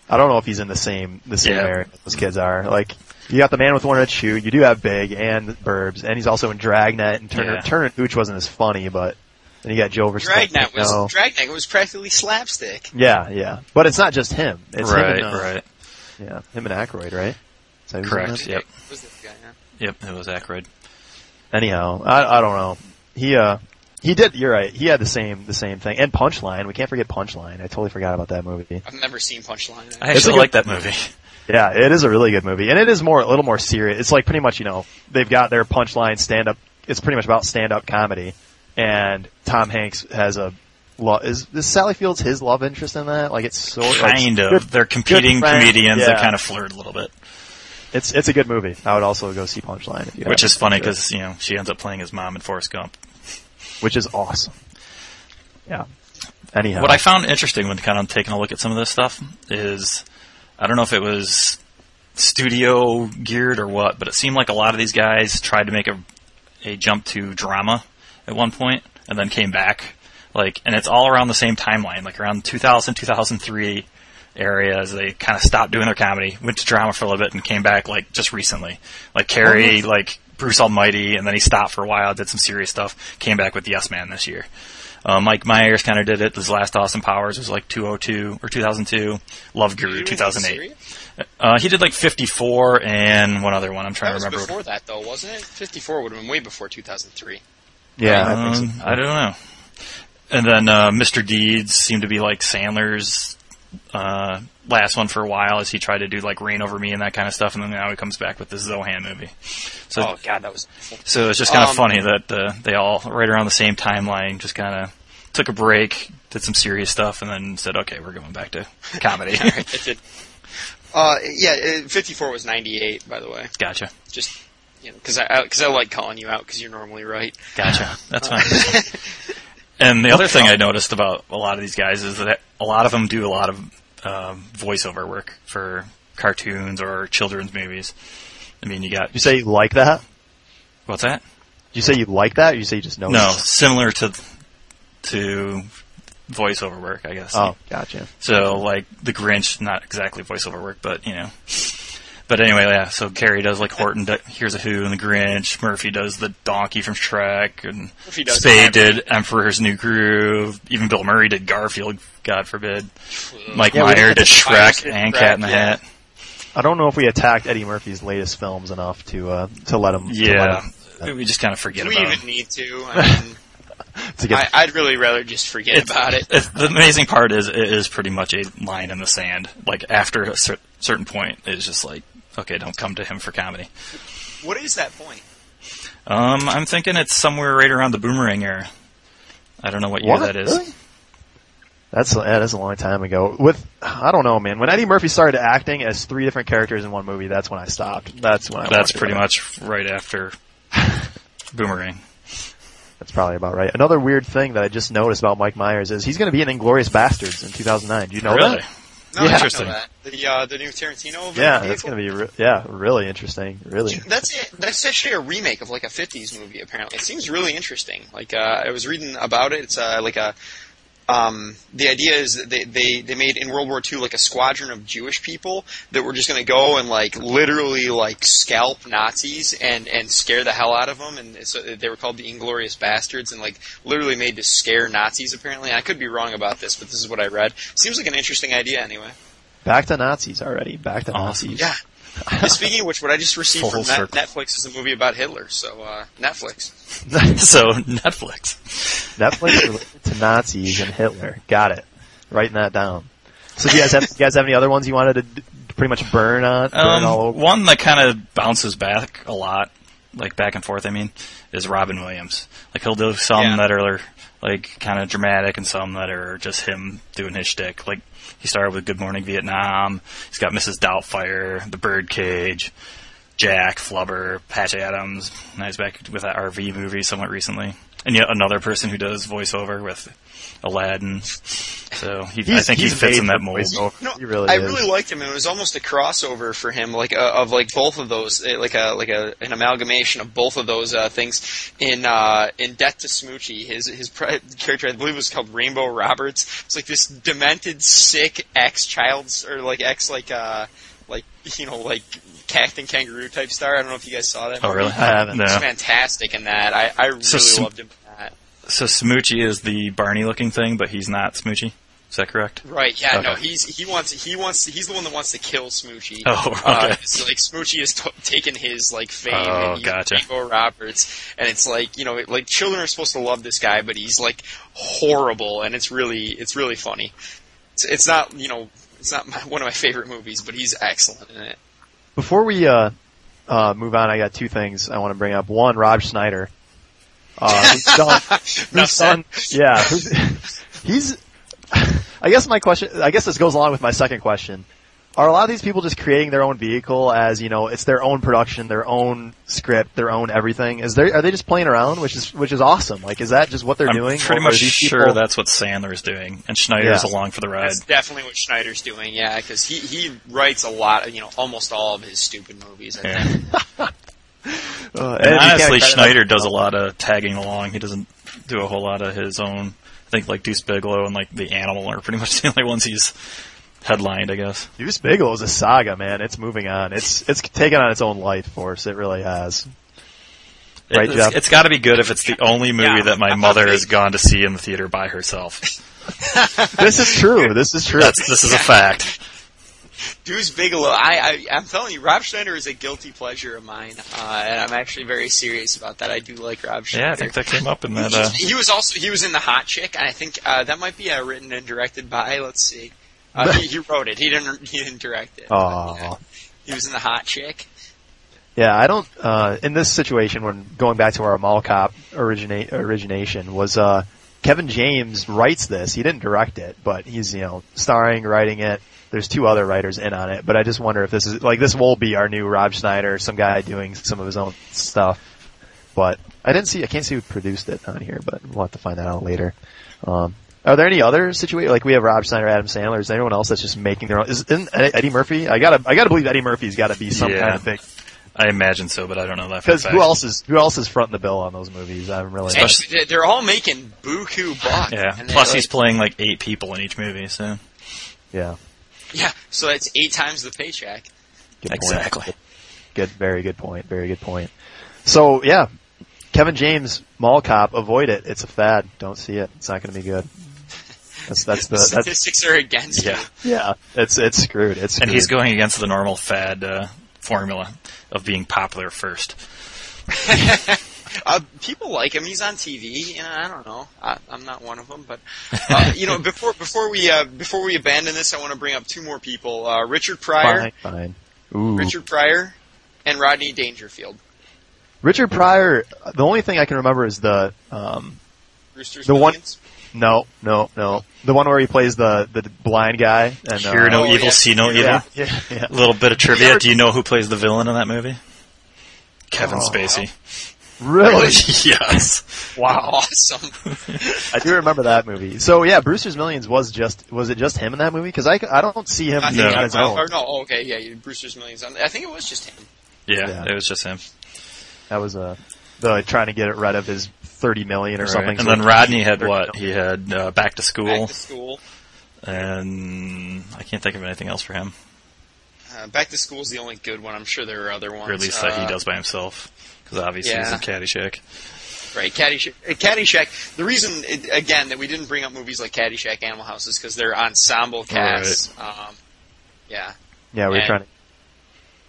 I don't know if he's in the same the same
Yeah.
area those kids are. Like you got the man with one red shoe. You do have Big and Burbs, and he's also in Dragnet and Turner.
Yeah.
Turner and Hooch wasn't as funny, but then you got Joe versus
Dragnet was
No.
Dragnet was practically slapstick.
yeah, yeah. But it's not just him. It's
right,
him and, uh,
right,
Yeah, him and Aykroyd, right? Is that who's in
correct.
that?
Yep,
Was this guy? Huh?
yep. It was Aykroyd.
Anyhow, I, I don't know. He uh he did. You're right. He had the same the same thing. And Punchline. We can't forget Punchline. I totally forgot about that movie.
I've never seen Punchline.
I
It's a
actually
good-
like that movie.
Yeah, it is a really good movie, and it is more a little more serious. It's like pretty much you know they've got their Punchline stand up. It's pretty much about stand up comedy, and Tom Hanks has a. Lo- is, is Sally Fields his love interest in that? Like it's sort like,
Kind of.
good-
They're competing
friend,
comedians that
yeah.
kind of flirt a little bit,
It's it's a good movie. I would also go see Punchline if you
which
haven't.
is funny because you know she ends up playing his mom in Forrest Gump.
which is awesome. Yeah. Anyhow,
What I found interesting when kind of taking a look at some of this stuff is, I don't know if it was studio geared or what, but it seemed like a lot of these guys tried to make a a jump to drama at one point and then came back. Like, and it's all around the same timeline, like around 2000, 2003 area as they kind of stopped doing their comedy, went to drama for a little bit and came back like just recently. Like Carrie, like Bruce Almighty, and then he stopped for a while, did some serious stuff, came back with Yes Man this year. Uh, Mike Myers kind of did it. His last Austin Powers was like 202 or 2002. Love
Are
Guru
you
2008.
serious?
Uh, he did like 54 and one other one. I'm trying
That was
to remember.
before that though, wasn't it? Fifty-four would have been way before two thousand three.
yeah, I
Um,
think so.
I don't know. And then uh, Mr. Deeds seemed to be like Sandler's uh, last one for a while as he tried to do like Reign Over Me and that kind of stuff, and then now he comes back with this Zohan movie. So
oh god, that was.
so it's just kind of
Um,
funny that uh, they all right around the same timeline just kind of took a break, did some serious stuff, and then said, "Okay, we're going back to comedy."
It did. Uh, yeah, uh, 54 was 98, by the way.
gotcha,
Just you know, because I because I like calling you out because you're normally right.
gotcha. That's fine. and the other thing
uh,
I noticed about a lot of these guys is that a lot of them do a lot of um, voiceover work for cartoons or children's movies. I mean, you got
You say you like that?
what's that?
You say you like that, or you say you just know?
No, similar to to voiceover work, I guess.
Oh, gotcha.
So like the Grinch, not exactly voiceover work, but you know. But anyway, yeah. So Carrie does like Horton do, here's a Who and the Grinch. Murphy does the donkey from Shrek, and
Murphy does
Spade did Emperor's New Groove. Even Bill Murray did Garfield. God forbid.
Uh,
Mike
Yeah, we
Meyer
did
did Shrek
Shrek,
and Cat in the
yeah.
Hat.
I don't know if we attacked Eddie Murphy's latest films enough to uh, to let him. to, let
Yeah,
him-
we just kind of
Do
forget
we
about
even
him.
need to? I mean,
to get
I, I'd really rather just forget
It's-
about it.
It's, the amazing part is it is pretty much a line in the sand. Like after a cer- certain point, it's just like, okay, don't come to him for comedy.
What is that point?
Um, I'm thinking it's somewhere right around the boomerang era. I don't know what year
What?
that is.
Really? That's yeah, that's a long time ago. With I don't know, man. When Eddie Murphy started acting as three different characters in one movie, that's when I stopped. That's when I
That's
walked
pretty
away.
much right after boomerang.
That's probably about right. Another weird thing that I just noticed about Mike Myers is he's going to be in Inglorious Bastards in 2009. Do you know
really?
that?
No,
Yeah.
I didn't
Interesting.
know that. The uh, the new Tarantino.
Yeah, that's going to be re- yeah, really interesting. Really.
That's it. That's actually a remake of like a '50s movie. Apparently, it seems really interesting. Like uh, I was reading about it. It's uh, like a um, the idea is that they, they they made in World War II like a squadron of Jewish people that were just going to go and like literally like scalp Nazis and and scare the hell out of them. And so they were called the Inglorious Bastards and like literally made to scare Nazis. Apparently, I could be wrong about this, but this is what I read. Seems like an interesting idea anyway.
Back to Nazis already. Back to
Awesome.
Nazis.
Yeah. And Speaking of which, what I just received
Full
from Net-
circle.
Netflix is a movie about Hitler. So uh, Netflix.
so Netflix.
Netflix related to Nazis and Hitler. Got it. Writing that down. So do you guys have you guys have any other ones you wanted to d- pretty much burn on burn all
Um,
over?
one that kind of bounces back a lot, like back and forth. I mean, is Robin Williams. Like he'll do some
Yeah.
that are like kind of dramatic, and some that are just him doing his shtick. Like he started with Good Morning Vietnam. He's got Mrs. Doubtfire, The Birdcage, Jack Flubber, Patch Adams. Now he's back with that RV movie somewhat recently. And yet another person who does voiceover with Aladdin. So he, I
He's-
think he
he's
fits
made
in that
for
mold.
voiceover.
No,
He really
I
is.
really liked him, and it was almost a crossover for him, like uh, of like both of those, uh, like a like a an amalgamation of both of those uh, things. In uh, in Death to Smoochie, his his pri- character, I believe, was called Rainbow Roberts. It's like this demented, sick ex child or like ex like uh like you know like Captain Kangaroo type star. I don't know if you guys saw that.
Oh,
movie.
really?
I haven't.
No.
He's fantastic in that. I I really
So Sm-
loved him in that.
So Smoochie is the Barney looking thing, but he's not Smoochie. Is that correct?
Right. Yeah. No.
Okay.
He's he wants he wants he's the one that wants to kill Smoochie.
Oh,
Uh,
okay.
so, like Smoochie has t- taken his like fame.
Oh,
and he's
gotcha.
Django Roberts, and it's like you know, it- like children are supposed to love this guy, but he's like horrible, and it's really it's really funny. It's, it's not you know it's not my, one of my favorite movies, but he's excellent in it.
Before we uh, uh, move on, I got two things I want to bring up. One, Rob Schneider. Uh, who's done,
Enough
who's done, yeah, who's, he's, I guess my question, I guess this goes along with my second question. Are a lot of these people just creating their own vehicle as, you know, it's their own production, their own script, their own everything? Is there, are they just playing around, which is, which is awesome? Like, is that just what they're
I'm
doing?
pretty
Or are
much
these
sure
people-
that's what Sandler is doing, and Schneider's
Yeah.
along for the ride.
That's definitely what Schneider's doing, yeah, because he, he writes a lot, of, you know, almost all of his stupid movies. I
Yeah.
think.
uh,
And
you can't
honestly,
credit-
Schneider does a lot of tagging along. He doesn't do a whole lot of his own. I think like Deuce Bigelow and like The Animal are pretty much the only ones he's headlined, I guess.
Deuce Bigelow is a saga, man. It's moving on. It's, it's taken on its own life force. It really has.
It-
Right,
it's
Jeff?
it's got to be good if it's the only movie
Yeah.
that my mother has gone to see in the theater by herself.
this is true. This is true.
That's this is a fact.
Deuce Bigelow, I, I, I'm telling you, Rob Schneider is a guilty pleasure of mine, uh, and I'm actually very serious about that. I do like Rob Schneider.
Yeah, I think that came up in
He
that.
was-
Uh,
he was also he was in the Hot Chick, and I think uh, that might be uh, written and directed by. Let's see, Uh, he, he wrote it. He didn't. He didn't direct
Oh.
it.
Aw.
Yeah. He was in the hot chick.
Yeah, I don't. Uh, in this situation, when going back to our mall cop origina- origination, was uh, Kevin James writes this. He didn't direct it, but he's you know starring, writing it. There's two other writers in on it, but I just wonder if this is like this will be our new Rob Schneider, some guy doing some of his own stuff. But I didn't see. I can't see who produced it on here, but we'll have to find that out later. Um, are there any other situations like we have Rob Schneider, Adam Sandler? Is there anyone else that's just making their own? Is, isn't Eddie Murphy? I gotta, I gotta believe Eddie Murphy's got to be some
Yeah.
kind of big
I imagine so, but I don't know that for a
because
fact.
who else is who else is fronting the bill on those movies? I'm really
And they- they're all making buku bucks.
Yeah.
And they're
Plus,
like-
he's playing like eight people in each movie, so
yeah.
yeah. So that's eight times the paycheck.
Good point.
exactly.
Good, very good point. Very good point. So yeah, Kevin James Mall Cop, avoid it. It's a fad. Don't see it. It's not going to be good. That's that's the that's,
Statistics are against
Yeah.
you.
yeah. It's it's screwed. It's screwed.
And he's going against the normal fad uh, formula of being popular first.
Uh, people like him. He's on TV. You know, I don't know. I, I'm not one of them, but uh, you know, before before we uh, before we abandon this, I want to bring up two more people: uh, Richard Pryor,
fine. Fine. Ooh.
Richard Pryor, and Rodney Dangerfield.
Richard Pryor. The only thing I can remember is the um
Roosters.
The one-
Millions.
no no no the one where he plays the the blind guy and uh,
Hear no
Oh,
evil,
yeah.
see no evil.
yeah, yeah yeah
A little bit of trivia. Do you know who plays the villain in that movie? Kevin
Oh,
Spacey.
really
yes.
wow
Awesome.
I do remember that movie. So yeah, Brewster's Millions was just was it just him in that movie? Because I, c- I don't see him
I
being
think
on
no.
his own.
Or no, oh, okay, yeah, you- Brewster's Millions. I think it was just him.
Yeah,
Yeah.
it was just him.
That was uh, the trying to get it rid of his thirty million or something.
Right. And
So-
then Rodney had what? He had uh, Back to School,
Back to school.
and I can't think of anything else for him,
Uh, back to school is the only good one. I'm sure there are other ones. Uh,
or at least that he does by himself. Because obviously he's
Yeah.
in Caddyshack.
does. Right, Caddyshack. uh, Caddyshack. The reason, it, again, that we didn't bring up movies like Caddyshack, Animal House, is because they're ensemble casts. Um, yeah,
yeah, we were
and-
trying to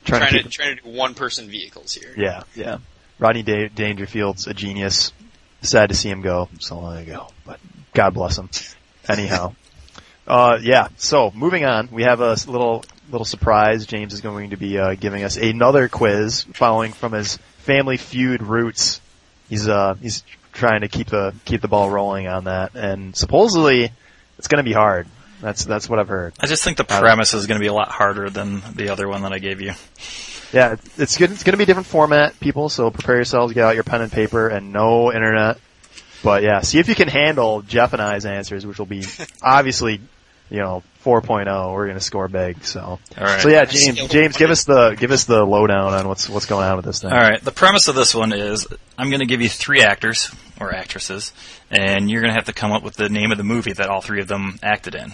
trying,
trying
to,
to
keep,
trying to do one person vehicles here.
yeah yeah. Rodney da- Dangerfield's a genius. Sad to see him go so long ago, but God bless him. Anyhow, uh, yeah. So moving on, we have a s- little little surprise. James is going to be uh, giving us another quiz, following from his Family Feud roots. He's uh he's trying to keep the keep the ball rolling on that, and supposedly it's going to be hard. That's that's what I've heard.
I just think the
Uh,
premise is going to be a lot harder than the other one that I gave you.
Yeah, it's- it's good. It's going to be different format, people. So prepare yourselves. Get out your pen and paper, and no internet. But yeah, see if you can handle Jeff and I's answers, which will be obviously, you know, 4.0. We're going to score big. So,
All right.
so yeah,
Scale
James,
of
James, give us the give us the lowdown on what's what's going on with this thing.
All right. The premise of this one is I'm going to give you three actors or actresses, and you're going to have to come up with the name of the movie that all three of them acted in.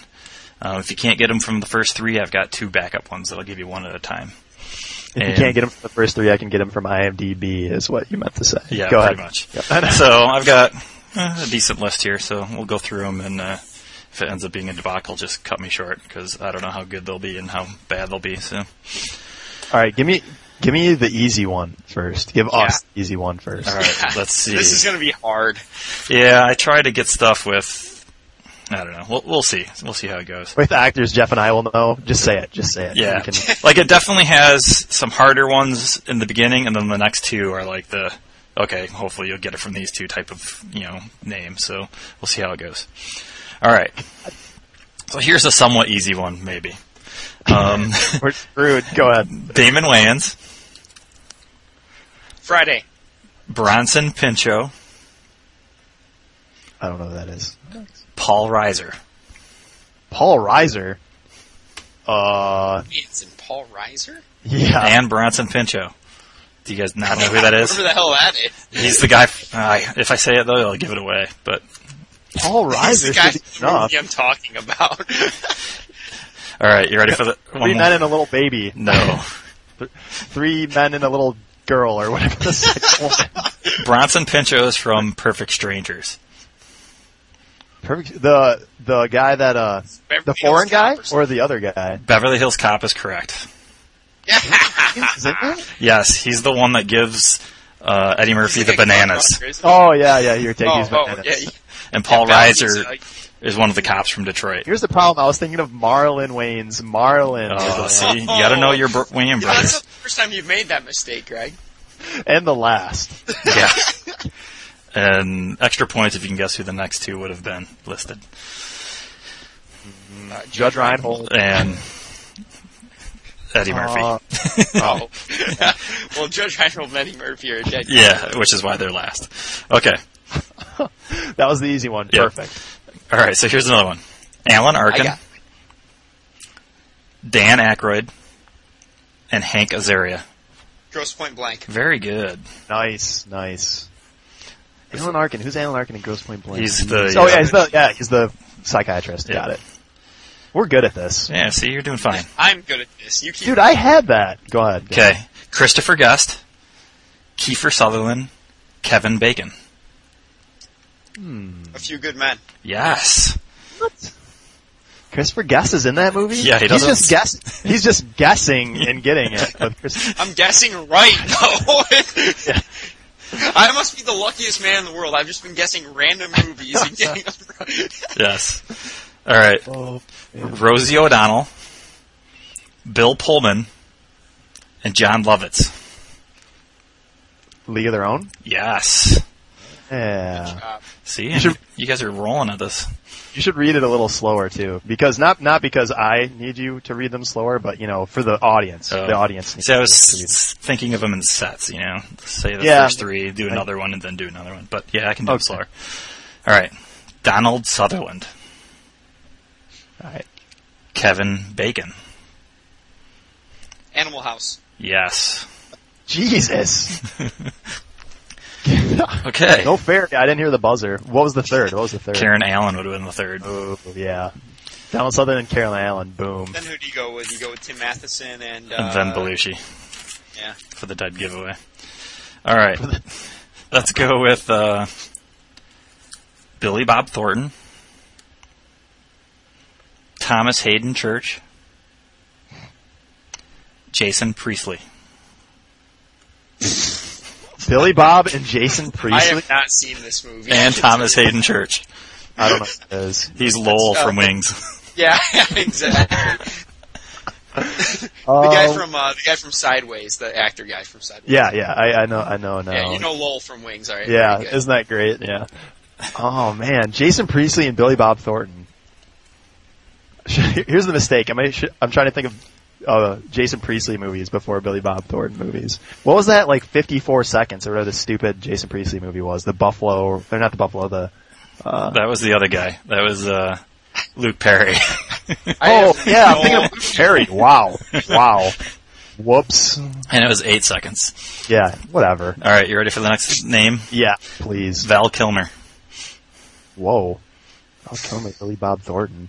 Um, if you can't get them from the first three, I've got two backup ones that I'll give you one at a time.
If you can't get them from the first three, I can get them from IMDb. Is what you meant to say.
Yeah,
go
pretty
ahead.
much.
Yeah.
So I've got uh, a decent list here, so we'll go through them, and uh, if it ends up being a debacle, just cut me short because I don't know how good they'll be and how bad they'll be. So
All right, give me give me the easy one first. Give
Yeah.
us the easy one first.
all right, let's see.
This is going to be hard.
yeah, I try to get stuff with. I don't know. We'll, we'll see. We'll see how it goes.
With actors, Jeff and I will know. Just say it. Just say it.
Yeah,
We can-
like it definitely has some harder ones in the beginning, and then the next two are like the okay. Hopefully, you'll get it from these two type of you know names. So we'll see how it goes. All right. So here's a somewhat easy one, maybe. Um,
We're screwed. Go ahead.
Damon Wayans,
Friday.
Bronson Pinchot,
I don't know who that is.
Paul Reiser.
Paul Reiser. Uh,
It's in Paul Reiser?
yeah.
and Bronson Pinchot. Do you guys not know who that
Whatever
is?
the hell that is.
He's the guy. I if I say it though, I'll give it away. But
Paul
He's the
Reiser
guy
should be
from the
enough.
movie I'm talking about.
all right, you ready for the
Three
one
men
more?
and a little baby.
No,
Three men and a little girl, or whatever the second one.
Bronson Pinchot is from Perfect Strangers.
Perfect. The the guy that uh the
Beverly
foreign
Hills
guy
Cop
or the other guy.
Beverly Hills Cop is correct.
Is it that?
Yes, he's the one that gives uh, Eddie Murphy
He's
the
like a
bananas.
Ghostbusters.
Oh yeah, yeah. You're taking
Oh,
his
oh,
bananas.
yeah,
and Paul
Yeah, uh, Val
Reiser
is,
is one of the cops from Detroit.
Here's the problem. I was thinking of Marlon Wayne's Marlon,
Oh,
is
see, you gotta know your Br- Wayne
Yeah, that's
brothers.
not the first time you've made that mistake, Greg.
the- and the last.
Yeah. And extra points if you can guess who the next two would have been listed.
Uh,
Judge Reinhold.
And Eddie Murphy.
Uh,
Oh. well, Judge Reinhold and Eddie Murphy are dead.
yeah, which is why they're last. Okay.
that was the easy one.
Yeah.
Perfect.
All right, so here's another one. Alan
I
Arkin,
got,
Dan Aykroyd, and Hank Azaria.
gross point blank.
Very good.
Nice, nice. Alan Arkin. Who's Alan Arkin in Gross Point Blank?
He's the-
oh yeah, he's the yeah, he's the psychiatrist.
Yeah.
Got it. We're good at this,
Yeah, see, you're doing fine.
I'm good at this. You keep.
dude. I had that. Go ahead.
Okay. Christopher Guest, Kiefer Sutherland, Kevin Bacon.
a few good men.
Yes.
What? Christopher Guest is in that movie.
Yeah, he
he's
doesn't-
just guess. He's just guessing and getting it. But Chris,
I'm guessing right, though. I must be the luckiest man in the world. I've just been guessing random movies and getting them right.
Yes. All right.
oh,
Rosie O'Donnell, Bill Pullman, and John Lovitz.
League of Their Own.
Yes.
Yeah,
Uh,
See,
You should-
you guys are rolling at this.
you should read it a little slower too, because not not because I need you to read them slower, but you know, for the audience,
Oh.
the audience. Needs
See, I was
to read them.
s- thinking of them in sets, you know. Say the
Yeah.
first three, do another one, and then do another one. But yeah, I can do it
Okay.
slower. All right. Donald Sutherland,
All right.
Kevin Bacon.
Animal House.
Yes.
Jesus.
Okay.
no fair. I didn't hear the buzzer. What was the third? What was the third?
Karen Allen would have been the third.
Oh, yeah. Donald Southern and Carolyn Allen. Boom.
Then who do you go with? You go with Tim Matheson and. Uh,
and then Belushi
Yeah.
for the dead giveaway. All right. Let's go with uh, Billy Bob Thornton, Thomas Hayden Church, Jason Priestley.
Billy Bob and Jason
I
Priestley.
have not seen this movie.
And Thomas Hayden Church.
I don't know who that is.
He's Lowell from Wings.
Yeah, exactly. The guy from uh, the guy from Sideways, the actor guy from Sideways.
Um, Yeah, yeah. I, I know. I know now.
Yeah, you know Lowell from Wings, all right?
Yeah,
Very good.
isn't that great? Yeah. Oh man, Jason Priestley and Billy Bob Thornton. Here's the mistake. Am I? should- I'm trying to think of uh, Jason Priestley movies before Billy Bob Thornton movies. What was that like? 54 seconds or whatever the stupid Jason Priestley movie was. The Buffalo. They're not the Buffalo. The
That was the other guy. That was uh, Luke Perry.
I have
Oh, yeah,
no-
I'm thinking of Harry. Wow, wow. Whoops.
and it was eight seconds.
Yeah, whatever.
All right, you ready for the next name?
Yeah, please.
Val Kilmer.
Whoa. I'll kill me, Billy Bob Thornton.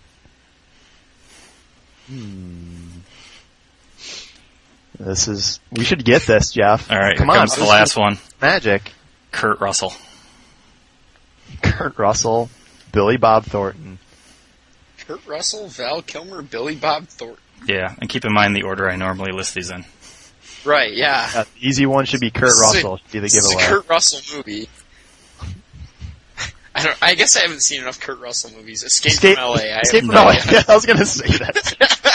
Hmm. This is. We should get this, Jeff.
All right,
come
here
on.
comes the
this
last
is
one.
Magic.
Kurt Russell.
Kurt Russell, Billy Bob Thornton.
Kurt Russell, Val Kilmer, Billy Bob Thornton.
Yeah, and keep in mind the order I normally list these in.
Right, yeah.
Uh, the easy one should be Kurt
This is a-
Russell. Should be the
This is a
giveaway.
Kurt Russell movie. I don't. I guess I haven't seen enough Kurt Russell movies. Escape,
Escape-
from LA. I
Escape from
no
LA. Yeah, I was gonna say that.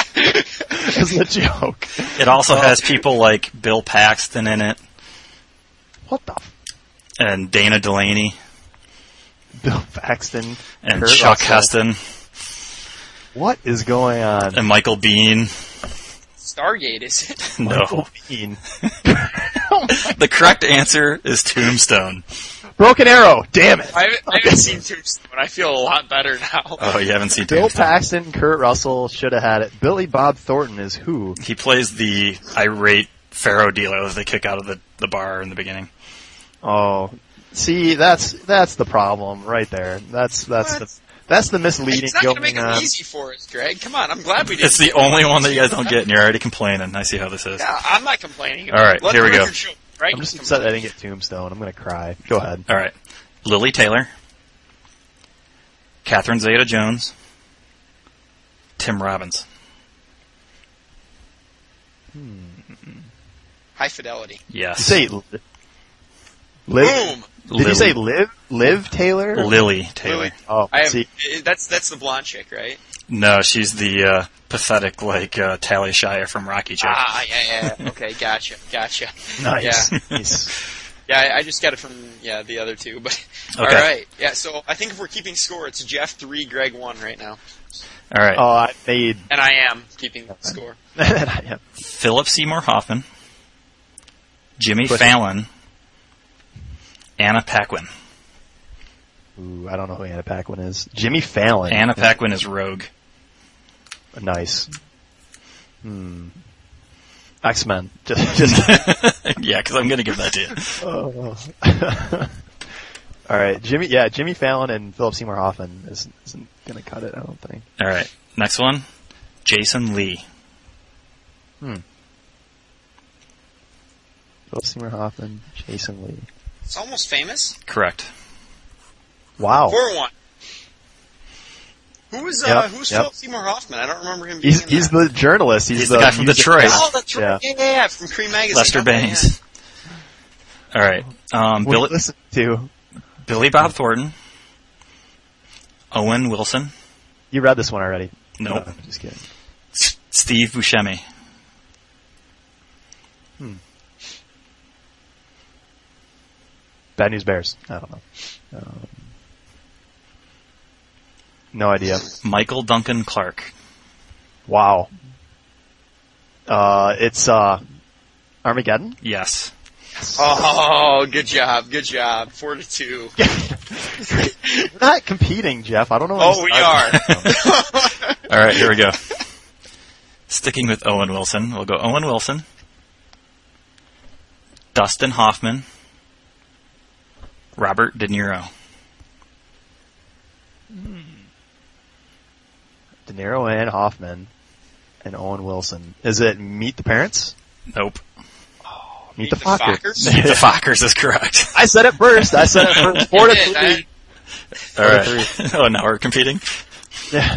It's a joke.
It also has people like Bill Paxton in it
What the f-
and Dana Delaney
Bill Paxton
and
Kurt
Chuck
Russell.
Heston
What is going on?
and Michael Bean.
Stargate is it?
No.
Michael Bean.
The correct answer is Tombstone.
Broken Arrow. Damn it.
I haven't, I haven't seen Tombstone. I feel a lot better now.
Oh, you haven't seen
Bill
Tombstone.
Paxton, Kurt Russell should have had it. Billy Bob Thornton is who?
He plays the irate pharaoh dealer that they kick out of the, the bar in the beginning.
Oh, see, that's that's the problem right there. That's that's
What?
the that's the misleading
it's not gonna
going
make it
on.
easy for us, Greg. Come on, I'm glad we did.
It's the only one that you guys don't get, and you're already complaining. I see how this is.
Yeah, I'm not complaining.
All right,
Let
here
the
we go.
record Show, right?
I'm just upset I didn't get Tombstone. I'm gonna cry. Go ahead.
All right. Lily Taylor, Catherine Zeta Jones, Tim Robbins.
High fidelity.
Yes.
Say, li- li-
Boom.
Did you say Liv? Liv Taylor?
Lily Taylor?
Lily.
Oh,
I have,
see,
eh, that's that's the blonde chick, right?
No, she's the uh, pathetic like uh, Tally Shire from Rocky chick.
Ah, yeah, yeah. Okay, gotcha, gotcha.
nice.
Yeah,
Nice.
yeah. I- I just got it from yeah the other two, but all
Okay.
right. Yeah, so I think if we're keeping score, it's Jeff three, Greg one right now,
All right,
Oh, I made.
and I am keeping score.
yeah.
Philip Seymour Hoffman, Jimmy
Question.
Fallon, Anna Paquin.
Ooh, I don't know who Anna Paquin is. Jimmy Fallon.
Anna Paquin is Rogue.
Nice. Hmm. X Men. Just, just.
yeah, because I'm gonna give that to you.
oh. All right, Jimmy. Yeah, Jimmy Fallon and Philip Seymour Hoffman is, isn't gonna cut it. I don't think.
All right, next one, Jason Lee.
Philip Seymour Hoffman, Jason Lee.
It's almost famous.
Correct.
Wow.
Four one. Who was uh,
Oh. Yep,
who's
yep.
Philip Seymour Hoffman? I don't remember him. Being
He's
in
he's the
that.
journalist. He's,
He's the guy from
music
Detroit.
guy.
oh, that's right. Yeah, yeah, yeah, from Cream Magazine.
Lester
Oh, yeah.
Bangs. All right,
What
um,
do you
Billy,
listen to.
Billy Bob Thornton, Owen Wilson,
You read this one already.
Nope.
No, I'm just kidding.
S- Steve Buscemi.
Bad News Bears. I don't know. Um, no idea.
Michael Duncan Clark.
Wow. Uh, it's uh, Armageddon.
Yes.
Oh, good job, good job. Four to two.
We're not competing, Jeff. I don't know. uh, what
Oh,
I'm-
we are.
All right, here we go. Sticking with Owen Wilson, we'll go Owen Wilson, Dustin Hoffman, Robert De Niro.
De Niro and Hoffman and Owen Wilson. Is it Meet the Parents?
Nope.
Meet, the, Fockers.
the Fockers is correct.
I said it first. I said it first. Four to
You did,
three.
All right. oh, now we're competing.
Yeah.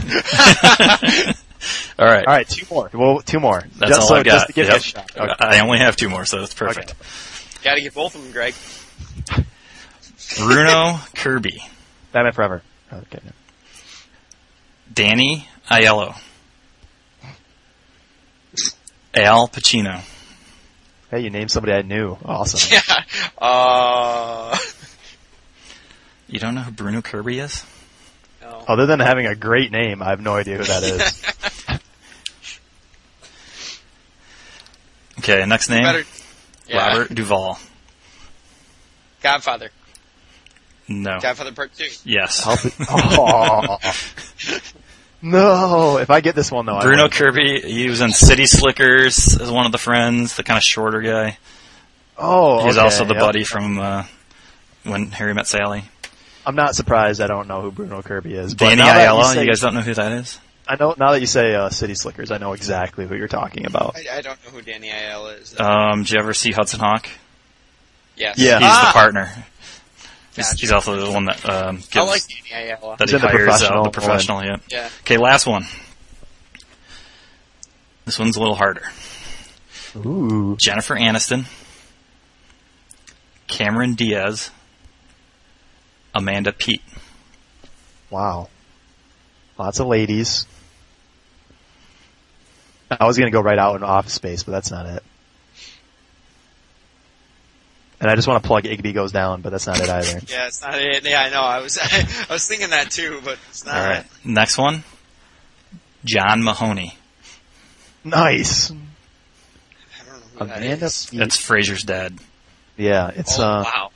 All right.
All right, two more. Well, two more.
That's
just
all
so,
I got.
Just to give you
Yep.
a shot. Okay.
I only have two more, so that's perfect.
I- Gotta get both of them, Greg.
Bruno Kirby,
Batman Forever. Okay. no.
Danny Aiello, Al Pacino.
Hey, you named somebody I knew. Awesome.
Yeah. Uh,
You don't know who Bruno Kirby is?
no.
Other than having a great name, I have no idea who that is.
Okay, next name.
Better. Yeah.
Robert Duvall.
Godfather.
No.
Oh.
Godfather Part Two.
Yes.
Help it- Oh. No, if I get this one though, I
Bruno
win.
Kirby, he was in City Slickers as one of the friends, the kind of shorter guy.
Oh,
He's
okay,
also the
yep.
buddy from uh, when Harry met Sally.
I'm not surprised. I don't know who Bruno Kirby is. But
Danny
now that
Aiello, you,
say-
guys don't know who that is?
I know now that you say uh, City Slickers, I know exactly who you're talking about.
I, I don't know who Danny Aiello is.
Um, did you ever see Hudson Hawk?
yes.
Uh, yeah.
He's
Ah,
the partner. He's,
Gotcha.
he's also the one that um, gives
I like Danny Aiello.
that
He's in
he
the
hires out
professional
the professional. Yeah.
yeah.
Okay, last one. This one's a little harder.
Ooh,
Jennifer Aniston, Cameron Diaz, Amanda Pete.
wow. Lots of ladies. I was gonna go right out in Office Space, but that's not it. And I just want to plug Igby Goes Down, but that's not it either.
Yeah, it's not it. Yeah, I know. I was I was thinking that too, but it's not.
All right. Next one. John Mahoney.
nice.
I don't know who that
Amanda.
is.
Peet.
That's Fraser's dad.
yeah, it's
Oh,
uh,
wow.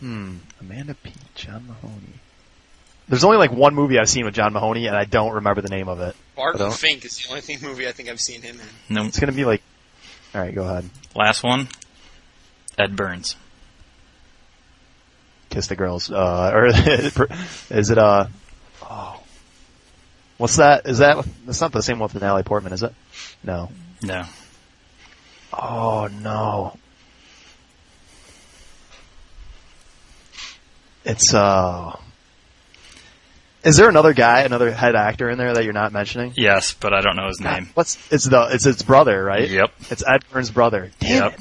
Hmm. Amanda P. John Mahoney. There's only like one movie I've seen with John Mahoney, and I don't remember the name of it. I
Barton
don't-
Fink is the only thing movie I think I've seen him in.
No,
It's gonna be like, all right, go ahead,
last one. Ed Burns.
kiss the girls, uh, or is it uh, oh, what's that? Is that that's not the same one with Natalie Portman, is it? No.
No.
Oh no. It's uh. Is there another guy, another head actor in there that you're not mentioning?
Yes, but I don't know his name.
What's it's the it's its brother, right?
Yep.
It's Ed Burns' brother. Damn
Yep.
it.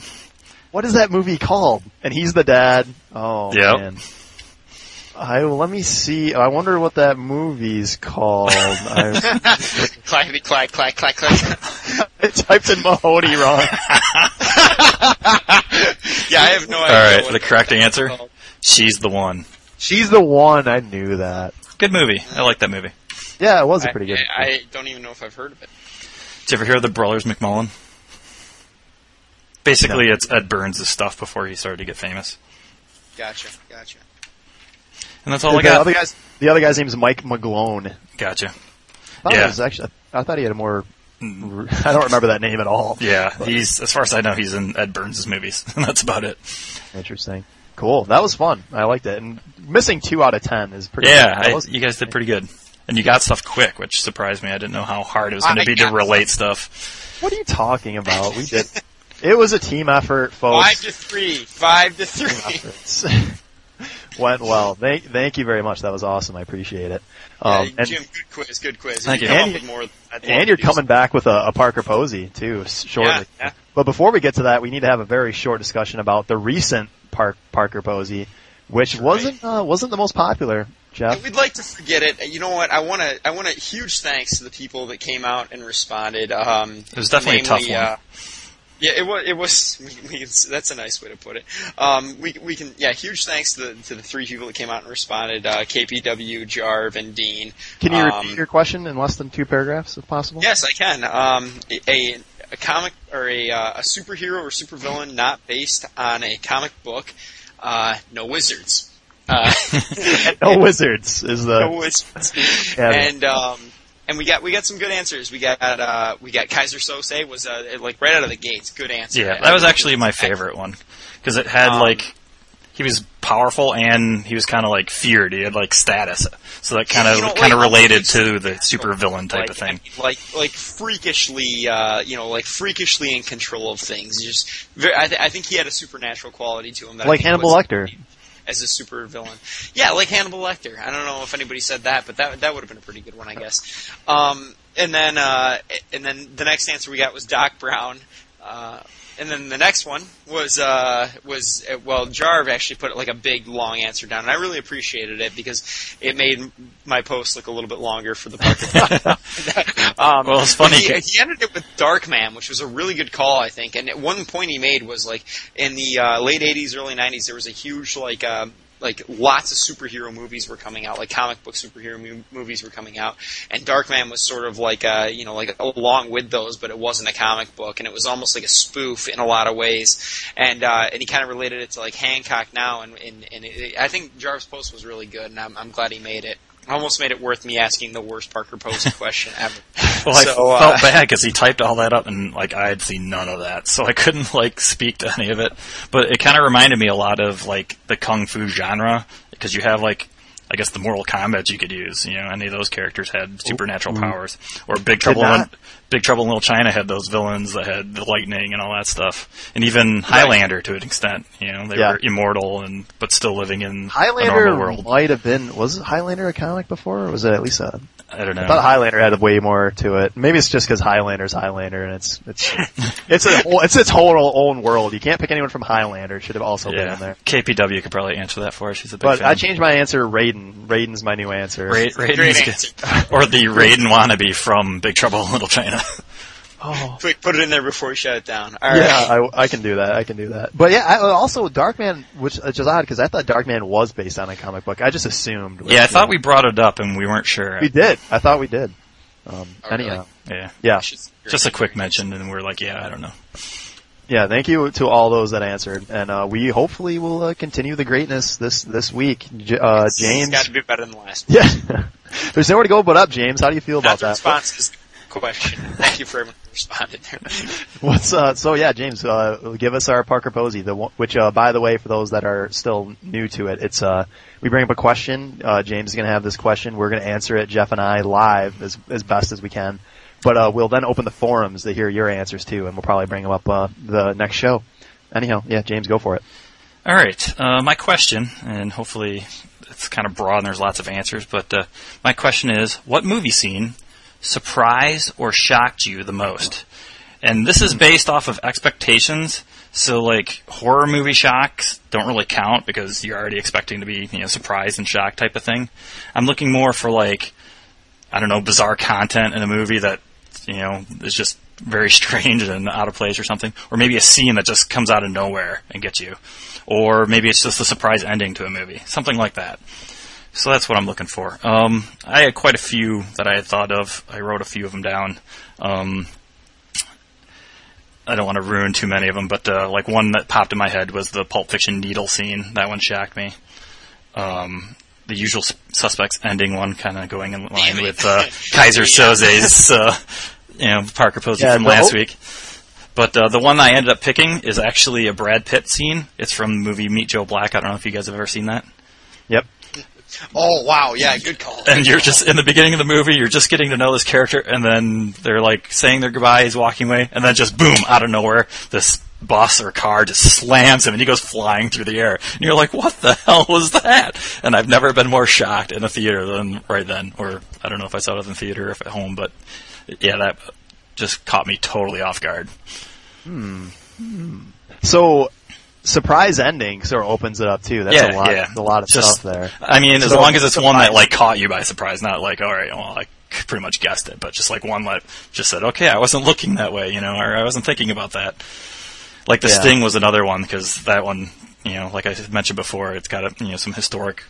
what is that movie called? And he's the dad. Oh
Yep.
man. I let me see. I wonder what that movie's called. I,
clack, clack, clack, clack, clack.
I typed in Mahoney wrong.
yeah, I have no
All
idea.
right,
what
the
that
correct
was
answer.
called.
She's the one.
She's the one. I knew that.
Good movie. I like that movie.
Yeah, it was a
I,
pretty good.
I, I don't even know if I've heard of it.
Did you ever hear of the Brothers McMullen? Basically, it's Ed Burns' stuff before he started to get famous.
Gotcha, gotcha.
And that's all I
the
got.
other guy's the other guy's name's Mike McGlone.
Gotcha.
I thought it
Yeah. Mm.
was actually. I thought he had a more. I don't remember that name at all.
Yeah, he's as far as I know, he's in Ed Burns' movies, and that's about it.
Interesting. Cool. That was fun. I liked it. And missing two out of ten is pretty.
Yeah,
that
I,
was-
you guys did pretty good, and you got stuff quick, which surprised me. I didn't know how hard it was going
I
to be to
got
relate stuff.
what are you talking about? We did. It was a team effort,
Five
folks.
to three. Five to three.
Efforts. Went well. Thank, thank you very much. That was awesome. I appreciate it. Um,
Yeah,
and,
Jim, good quiz, good quiz. If
Thank
you.
Come
And
up with
you-
more, I'd love
and
to
you're
do some.
coming back with a, a Parker Posey too s- shortly.
Yeah, yeah.
But before we get to that, we need to have a very short discussion about the recent Park, Parker Posey, which wasn't uh, wasn't the most popular. Jeff,
We'd like to forget it. You know what? I want to. I want a huge thanks to the people that came out and responded. Um, it
was definitely a tough one.
Uh, yeah, it was. It was. We, we can, s- that's a nice way to put it. Um, we we can. Yeah, huge thanks to the, to the three people that came out and responded: uh, KPW, Jarv, and Dean.
can you
um,
repeat your question in less than two paragraphs, if possible?
Yes, I can. Um, a, a comic or a, uh, a superhero or supervillain not based on a comic book. Uh, no wizards. Uh,
No Oh, wizards is the
no wizards.
Yeah.
and um, and we got we got some good answers. We got uh, we got Kaiser Sose was uh, like right out of the gates. Good answer.
Yeah, that was actually my favorite one because it had
Um,
like he was powerful and he was kind of like feared. He had like status, so that kind
You know,
of kind of
like-
related to the super villain type
like,
of thing.
I mean, like like freakishly, uh, you know, like freakishly in control of things. Just very, I, th- I think he had a supernatural quality to him. That I
Like
think
Hannibal
was-
Lecter.
As a super villain. Yeah, like Hannibal Lecter. I don't know if anybody said that, but that that would have been a pretty good one, I guess. Um, and then uh, and then the next answer we got was Doc Brown. Uh, and then the next one was uh, was uh, well, Jarve actually put like a big long answer down, and I really appreciated it because it made my post look a little bit longer for the podcast. um,
Well, it's funny.
He, he ended it with Darkman, which was a really good call, I think. And at one point he made was like in the uh, late '80s, early '90s, there was a huge like. Uh, like lots of superhero movies were coming out, like comic book superhero mo- movies were coming out, and Darkman was sort of like uh you know like along with those, but it wasn't a comic book, and it was almost like a spoof in a lot of ways, and uh, and he kind of related it to like Hancock now, and and, and it, I think Jarvis Post was really good, and I'm, I'm glad he made it. Almost made it worth me asking the worst Parker Posey question ever.
Well, I
so, uh,
felt bad because he typed all that up, and like I had seen none of that, so I couldn't like speak to any of it. But it kind of reminded me a lot of like the kung fu genre because you have like I guess the Mortal Kombat you could use. You know, any of those characters had supernatural powers, or Big Trouble in
not.
Big Trouble in Little China had those villains that had the lightning and all that stuff, and even Highlander to an extent. You know, they
Yeah.
were immortal and but still living in a normal
Highlander
world.
might have been was Highlander a comic before, or was it at least a?
I don't
I thought
know.
Highlander had way more to it. Maybe it's just because Highlander's Highlander, and it's it's it's a whole, it's its whole own world. You can't pick anyone from Highlander. It Should have also been in
Yeah,
there.
KPW could probably answer that for us. She's a big
But
fan.
I changed my answer. Raiden. Raiden's my new answer.
Ra- Raiden
Great
is good. or the Raiden wannabe from Big Trouble in Little China.
Oh.
Quick, put it in there before we shut it down. All right.
Yeah, I, I can do that. I can do that. But yeah, I, also Darkman, which, uh, which is odd because I thought Darkman was based on a comic book. I just assumed.
yeah, I thought we brought it up and we weren't sure.
we did. I thought we did. Um,
Oh, really?
anyhow,
Yeah,
yeah,
Just,
just a quick mention, and we're like, yeah, I don't know.
yeah. Thank you to all those that answered, and uh, we hopefully will uh, continue the greatness this this week. J- uh, James,
got to be better than the last. one.
Yeah. There's nowhere to go but up, James. How do you feel
Not
about
the
that?
response is the question. Thank you for everyone who responded there.
What's uh, so yeah, James, uh, give us our Parker Posey, the one, which uh, by the way, for those that are still new to it, it's uh, we bring up a question. Uh, James is going to have this question. We're going to answer it, Jeff and I, live as as best as we can. But uh, we'll then open the forums to hear your answers too, and we'll probably bring them up uh, the next show. Anyhow, yeah, James, go for it.
All right, uh, my question, and hopefully it's kind of broad and there's lots of answers, but uh, my question is, what movie scene surprised or shocked you the most? And this is based off of expectations, So like horror movie shocks don't really count because you're already expecting to be you know surprised and shocked type of thing. I'm looking more for like I don't know bizarre content in a movie that you know is just very strange and out of place or something, or maybe a scene that just comes out of nowhere and gets you, or maybe it's just a surprise ending to a movie, something like that. So that's what I'm looking for. Um, I had quite a few that I had thought of. I wrote a few of them down. Um, I don't want to ruin too many of them, but uh, like one that popped in my head was the Pulp Fiction needle scene. That one shocked me. Um, the usual s- suspects ending one, kind of going in line with uh, Kaiser Soze's, uh, you know, Parker Posey
Yeah,
from
the
last
whole-
week. But uh, the one I ended up picking is actually a Brad Pitt scene. It's from the movie Meet Joe Black. I don't know if you guys have ever seen that.
Yep.
Oh wow, yeah, good call.
and you're just in the beginning of the movie, you're just getting to know this character, and then they're like saying their goodbye, he's walking away, and then just boom, out of nowhere, this bus or car just slams him, and he goes flying through the air. And you're like, what the hell was that? And I've never been more shocked in a theater than right then, or I don't know if I saw it in the theater or if at home, but yeah, that just caught me totally off guard.
So surprise ending sort of opens it up too. That's a
yeah,
lot.
yeah.
there's A lot of
Just-
stuff there.
I mean, as
So-
long as it's one that like caught you by surprise, not like all right, well, I pretty much guessed it, but just like one that just said, okay, I wasn't looking that way, you know, or I wasn't thinking about that. Like the
Yeah.
sting was another one because that one, you know, like I mentioned before, it's got a, you know some historic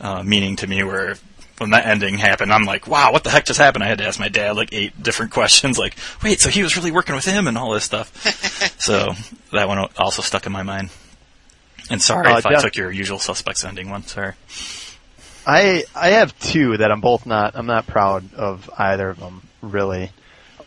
uh, meaning to me where. When that ending happened, I'm like, "Wow, what the heck just happened?" I had to ask my dad like eight different questions, like, "Wait, so he was really working with him and all this stuff." so that one also stuck in my mind. And sorry
Uh,
if I
Jeff-
took your usual suspects ending one. Sorry.
I I have two that I'm both not I'm not proud of either of them really.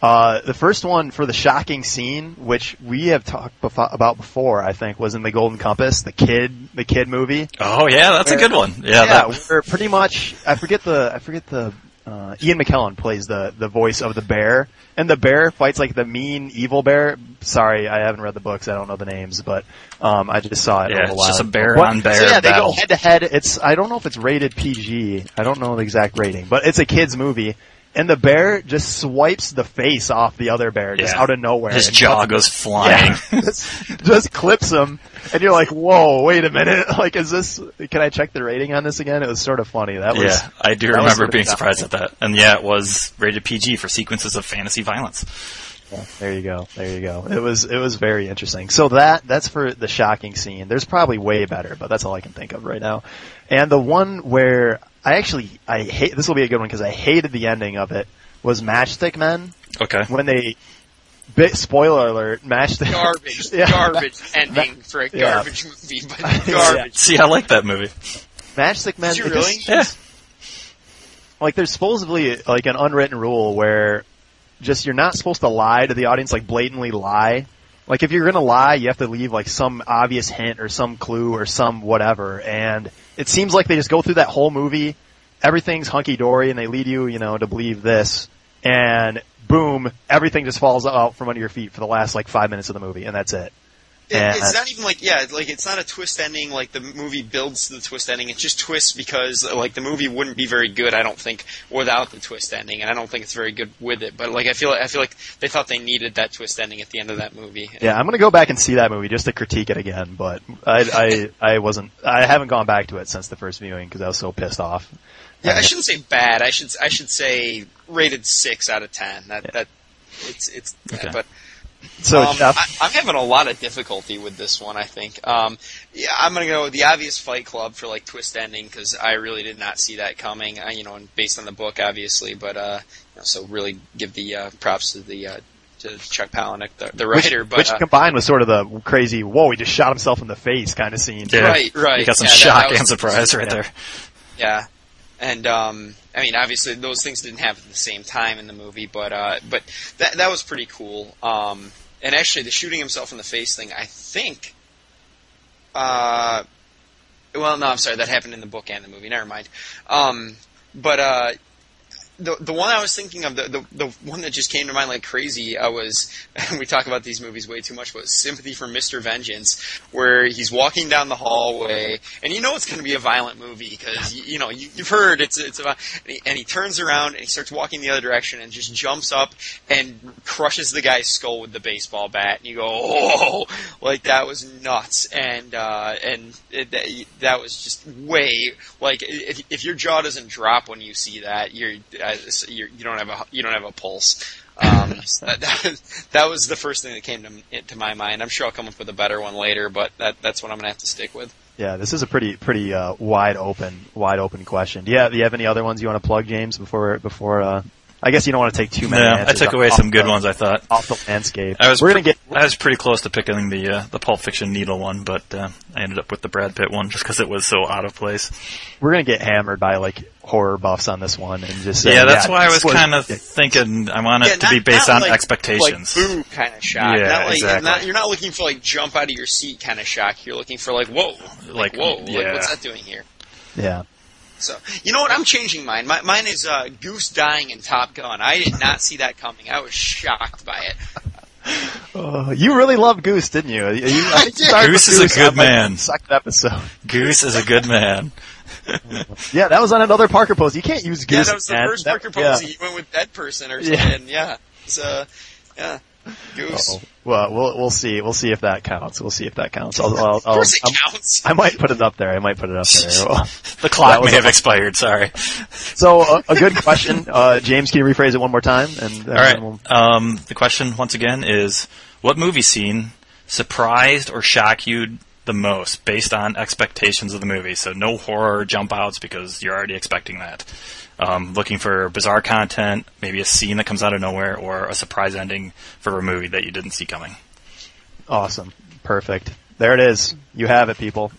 Uh, the first one for the shocking scene, which we have talked befo- about before, I think, was in the Golden Compass, the kid the kid movie.
Oh yeah, that's a good one. Yeah,
yeah,
that,
where pretty much I forget the I forget the uh, Ian McKellen plays the the voice of the bear, and the bear fights like the mean evil bear. Sorry, I haven't read the books. I don't know the names, but um, I just saw it.
Yeah,
a little
it's just
while
a bear
ago.
on bear
So yeah, they
battle.
go head to head. It's I don't know if it's rated PG. I don't know the exact rating, but it's a kids movie. And the bear just swipes the face off the other bear just
Yeah.
out of nowhere.
his
and
jaw
cuts
goes flying.
yeah. just, just clips him, and you're like, "Whoa, wait a minute! Like, is this? Can I check the rating on this again?" It was sort of funny. That was.
Yeah, I do
that was
remember
pretty
being surprised at that. And yeah, it was rated PG for sequences of fantasy violence.
There you go. There you go. It was. It was very interesting. So that that's for the shocking scene. There's probably way better, but that's all I can think of right now. And the one where I actually I hate this will be a good one because I hated the ending of it was Matchstick Men
Okay.
when they. Bit, spoiler alert, Matchstick.
Garbage,
Yeah.
garbage ending for a
yeah.
garbage movie, but garbage.
See, I like that movie.
Matchstick Men.
Did you
it just-
really?
Yeah.
like there's supposedly like an unwritten rule where just you're not supposed to lie to the audience like blatantly lie like if you're going to lie you have to leave like some obvious hint or some clue or some whatever and it seems like they just go through that whole movie everything's hunky dory and they lead you you know to believe this and boom everything just falls out from under your feet for the last like 5 minutes of the movie and that's it
It,
Yeah.
it's not even like yeah, like it's not a twist ending. Like the movie builds to the twist ending. It's just twists because like the movie wouldn't be very good, I don't think, without the twist ending, and I don't think it's very good with it. But like I feel, I feel like they thought they needed that twist ending at the end of that movie.
yeah i'm going to go back and see that movie just to critique it again but i i i wasn't i haven't gone back to it since the first viewing cuz i was so pissed off
Yeah, I shouldn't say bad. I should I should say rated six out of ten. That that it's it's
Okay.
but
so
um,
Jeff,
I, I'm having a lot of difficulty with this one. I think um, yeah, I'm gonna go with the obvious Fight Club for like twist ending because I really did not see that coming. I, you know, and based on the book, obviously, but uh, you know, so really give the uh, props to the uh, to Chuck Palahniuk, the, the
which,
writer. but
which
uh,
combined with sort of the crazy "whoa, he just shot himself in the face" kind of scene.
Yeah.
right, right,
You got some
yeah, that-
shock
that was-
and surprise right
Yeah.
there.
Yeah, and um, I mean, obviously those things didn't happen at the same time in the movie, but uh, but that that was pretty cool. Um, and actually, the shooting himself in the face thing, I think. Uh, well, no, I'm sorry, that happened in the book and the movie. Never mind. Um, but uh, the the one I was thinking of, the, the the one that just came to mind like crazy, I was we talk about these movies way too much, but Sympathy for Mr. Vengeance, where he's walking down the hallway, and you know it's going to be a violent movie because you, you know you, you've heard it's it's about, and he, and he turns around and he starts walking the other direction and just jumps up and crushes the guy's skull with the baseball bat, and you go oh like that was nuts, and uh, and it, that, that was just way like if if your jaw doesn't drop when you see that you're uh, so you're, you don't have a you don't have a pulse. Um, so that, that, that was the first thing that came to, to my mind. I'm sure I'll come up with a better one later, but that, that's what I'm gonna have to stick with.
Yeah, this is a pretty pretty uh, wide open wide open question. Do you, have, do you have any other ones you want to plug, James? Before before uh, I guess you don't want to take too many.
No, I
answers
took
off-
away
off
some good
the-
ones. I thought.
off the landscape.
I was
We're
pre-
gonna get
I was pretty close to picking the uh, the Pulp Fiction needle one, but uh, I ended up with the Brad Pitt one just because it was so out of place.
we're gonna get hammered by like horror buffs on this one and just say,
yeah, that's why I
this
was kind of thinking I want it
Yeah,
to
not-
be based
not
on
like-
expectations.
Like boo kind of shock.
Yeah,
not like,
exactly.
not- you're not looking for like jump out of your seat kind of shock. You're looking for like whoa,
Like,
like, whoa, like
yeah.
what's that doing here?
yeah.
So you know what? I'm changing mine. My, mine is uh, Goose dying in Top Gun. I did not see that coming. I was shocked by it.
Uh, you really loved Goose, didn't you? You- you- I think you
did.
started
Goose
with
is a good
on, like,
man.
the Second episode.
Goose is a good man.
Yeah, that was on another Parker post. You can't use Goose.
yeah, that was the
man.
first
That-
Parker
yeah.
Posey. He went with that person or
Yeah.
something. Yeah. So yeah. Goose.
Uh-oh. Well, we'll we'll see. We'll see if that counts. We'll see if that counts. I'll, I'll,
Of
I'll,
course it
I'm-
counts.
Um, I might put it up there. I might put it up there. Well,
The clock
was
may
a-
have expired. Sorry.
so a, a good question, uh, James. Can you rephrase it one more time? And uh,
All right. Um, the question once again is: What movie scene surprised or shocked you the most, based on expectations of the movie? So no horror jump outs because you're already expecting that. Um, looking for bizarre content, maybe a scene that comes out of nowhere, or a surprise ending for a movie that you didn't see coming.
Awesome. Perfect. There it is. You have it, people.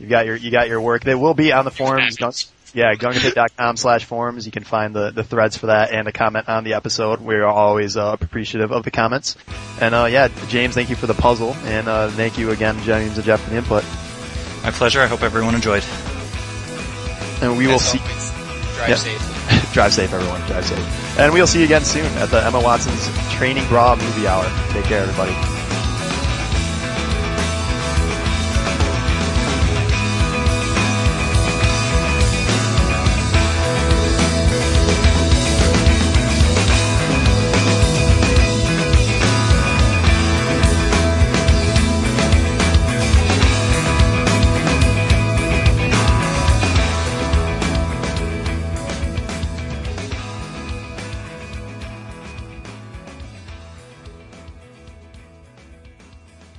You got your you got your work. They will be on the forums. Gun- yeah, gungatip.com slash forums. You can find the, the threads for that and a comment on the episode. We are always uh, appreciative of the comments. And uh, yeah, James, thank you for the puzzle, and uh, thank you again, James and Jeff, for the input.
My pleasure. I hope everyone enjoyed.
And we will
As
see.
always, drive
Yeah.
safely.
drive safe, everyone. Drive safe. And we'll see you again soon at the Emma Watson's Training Bra Movie Hour. Take care, everybody.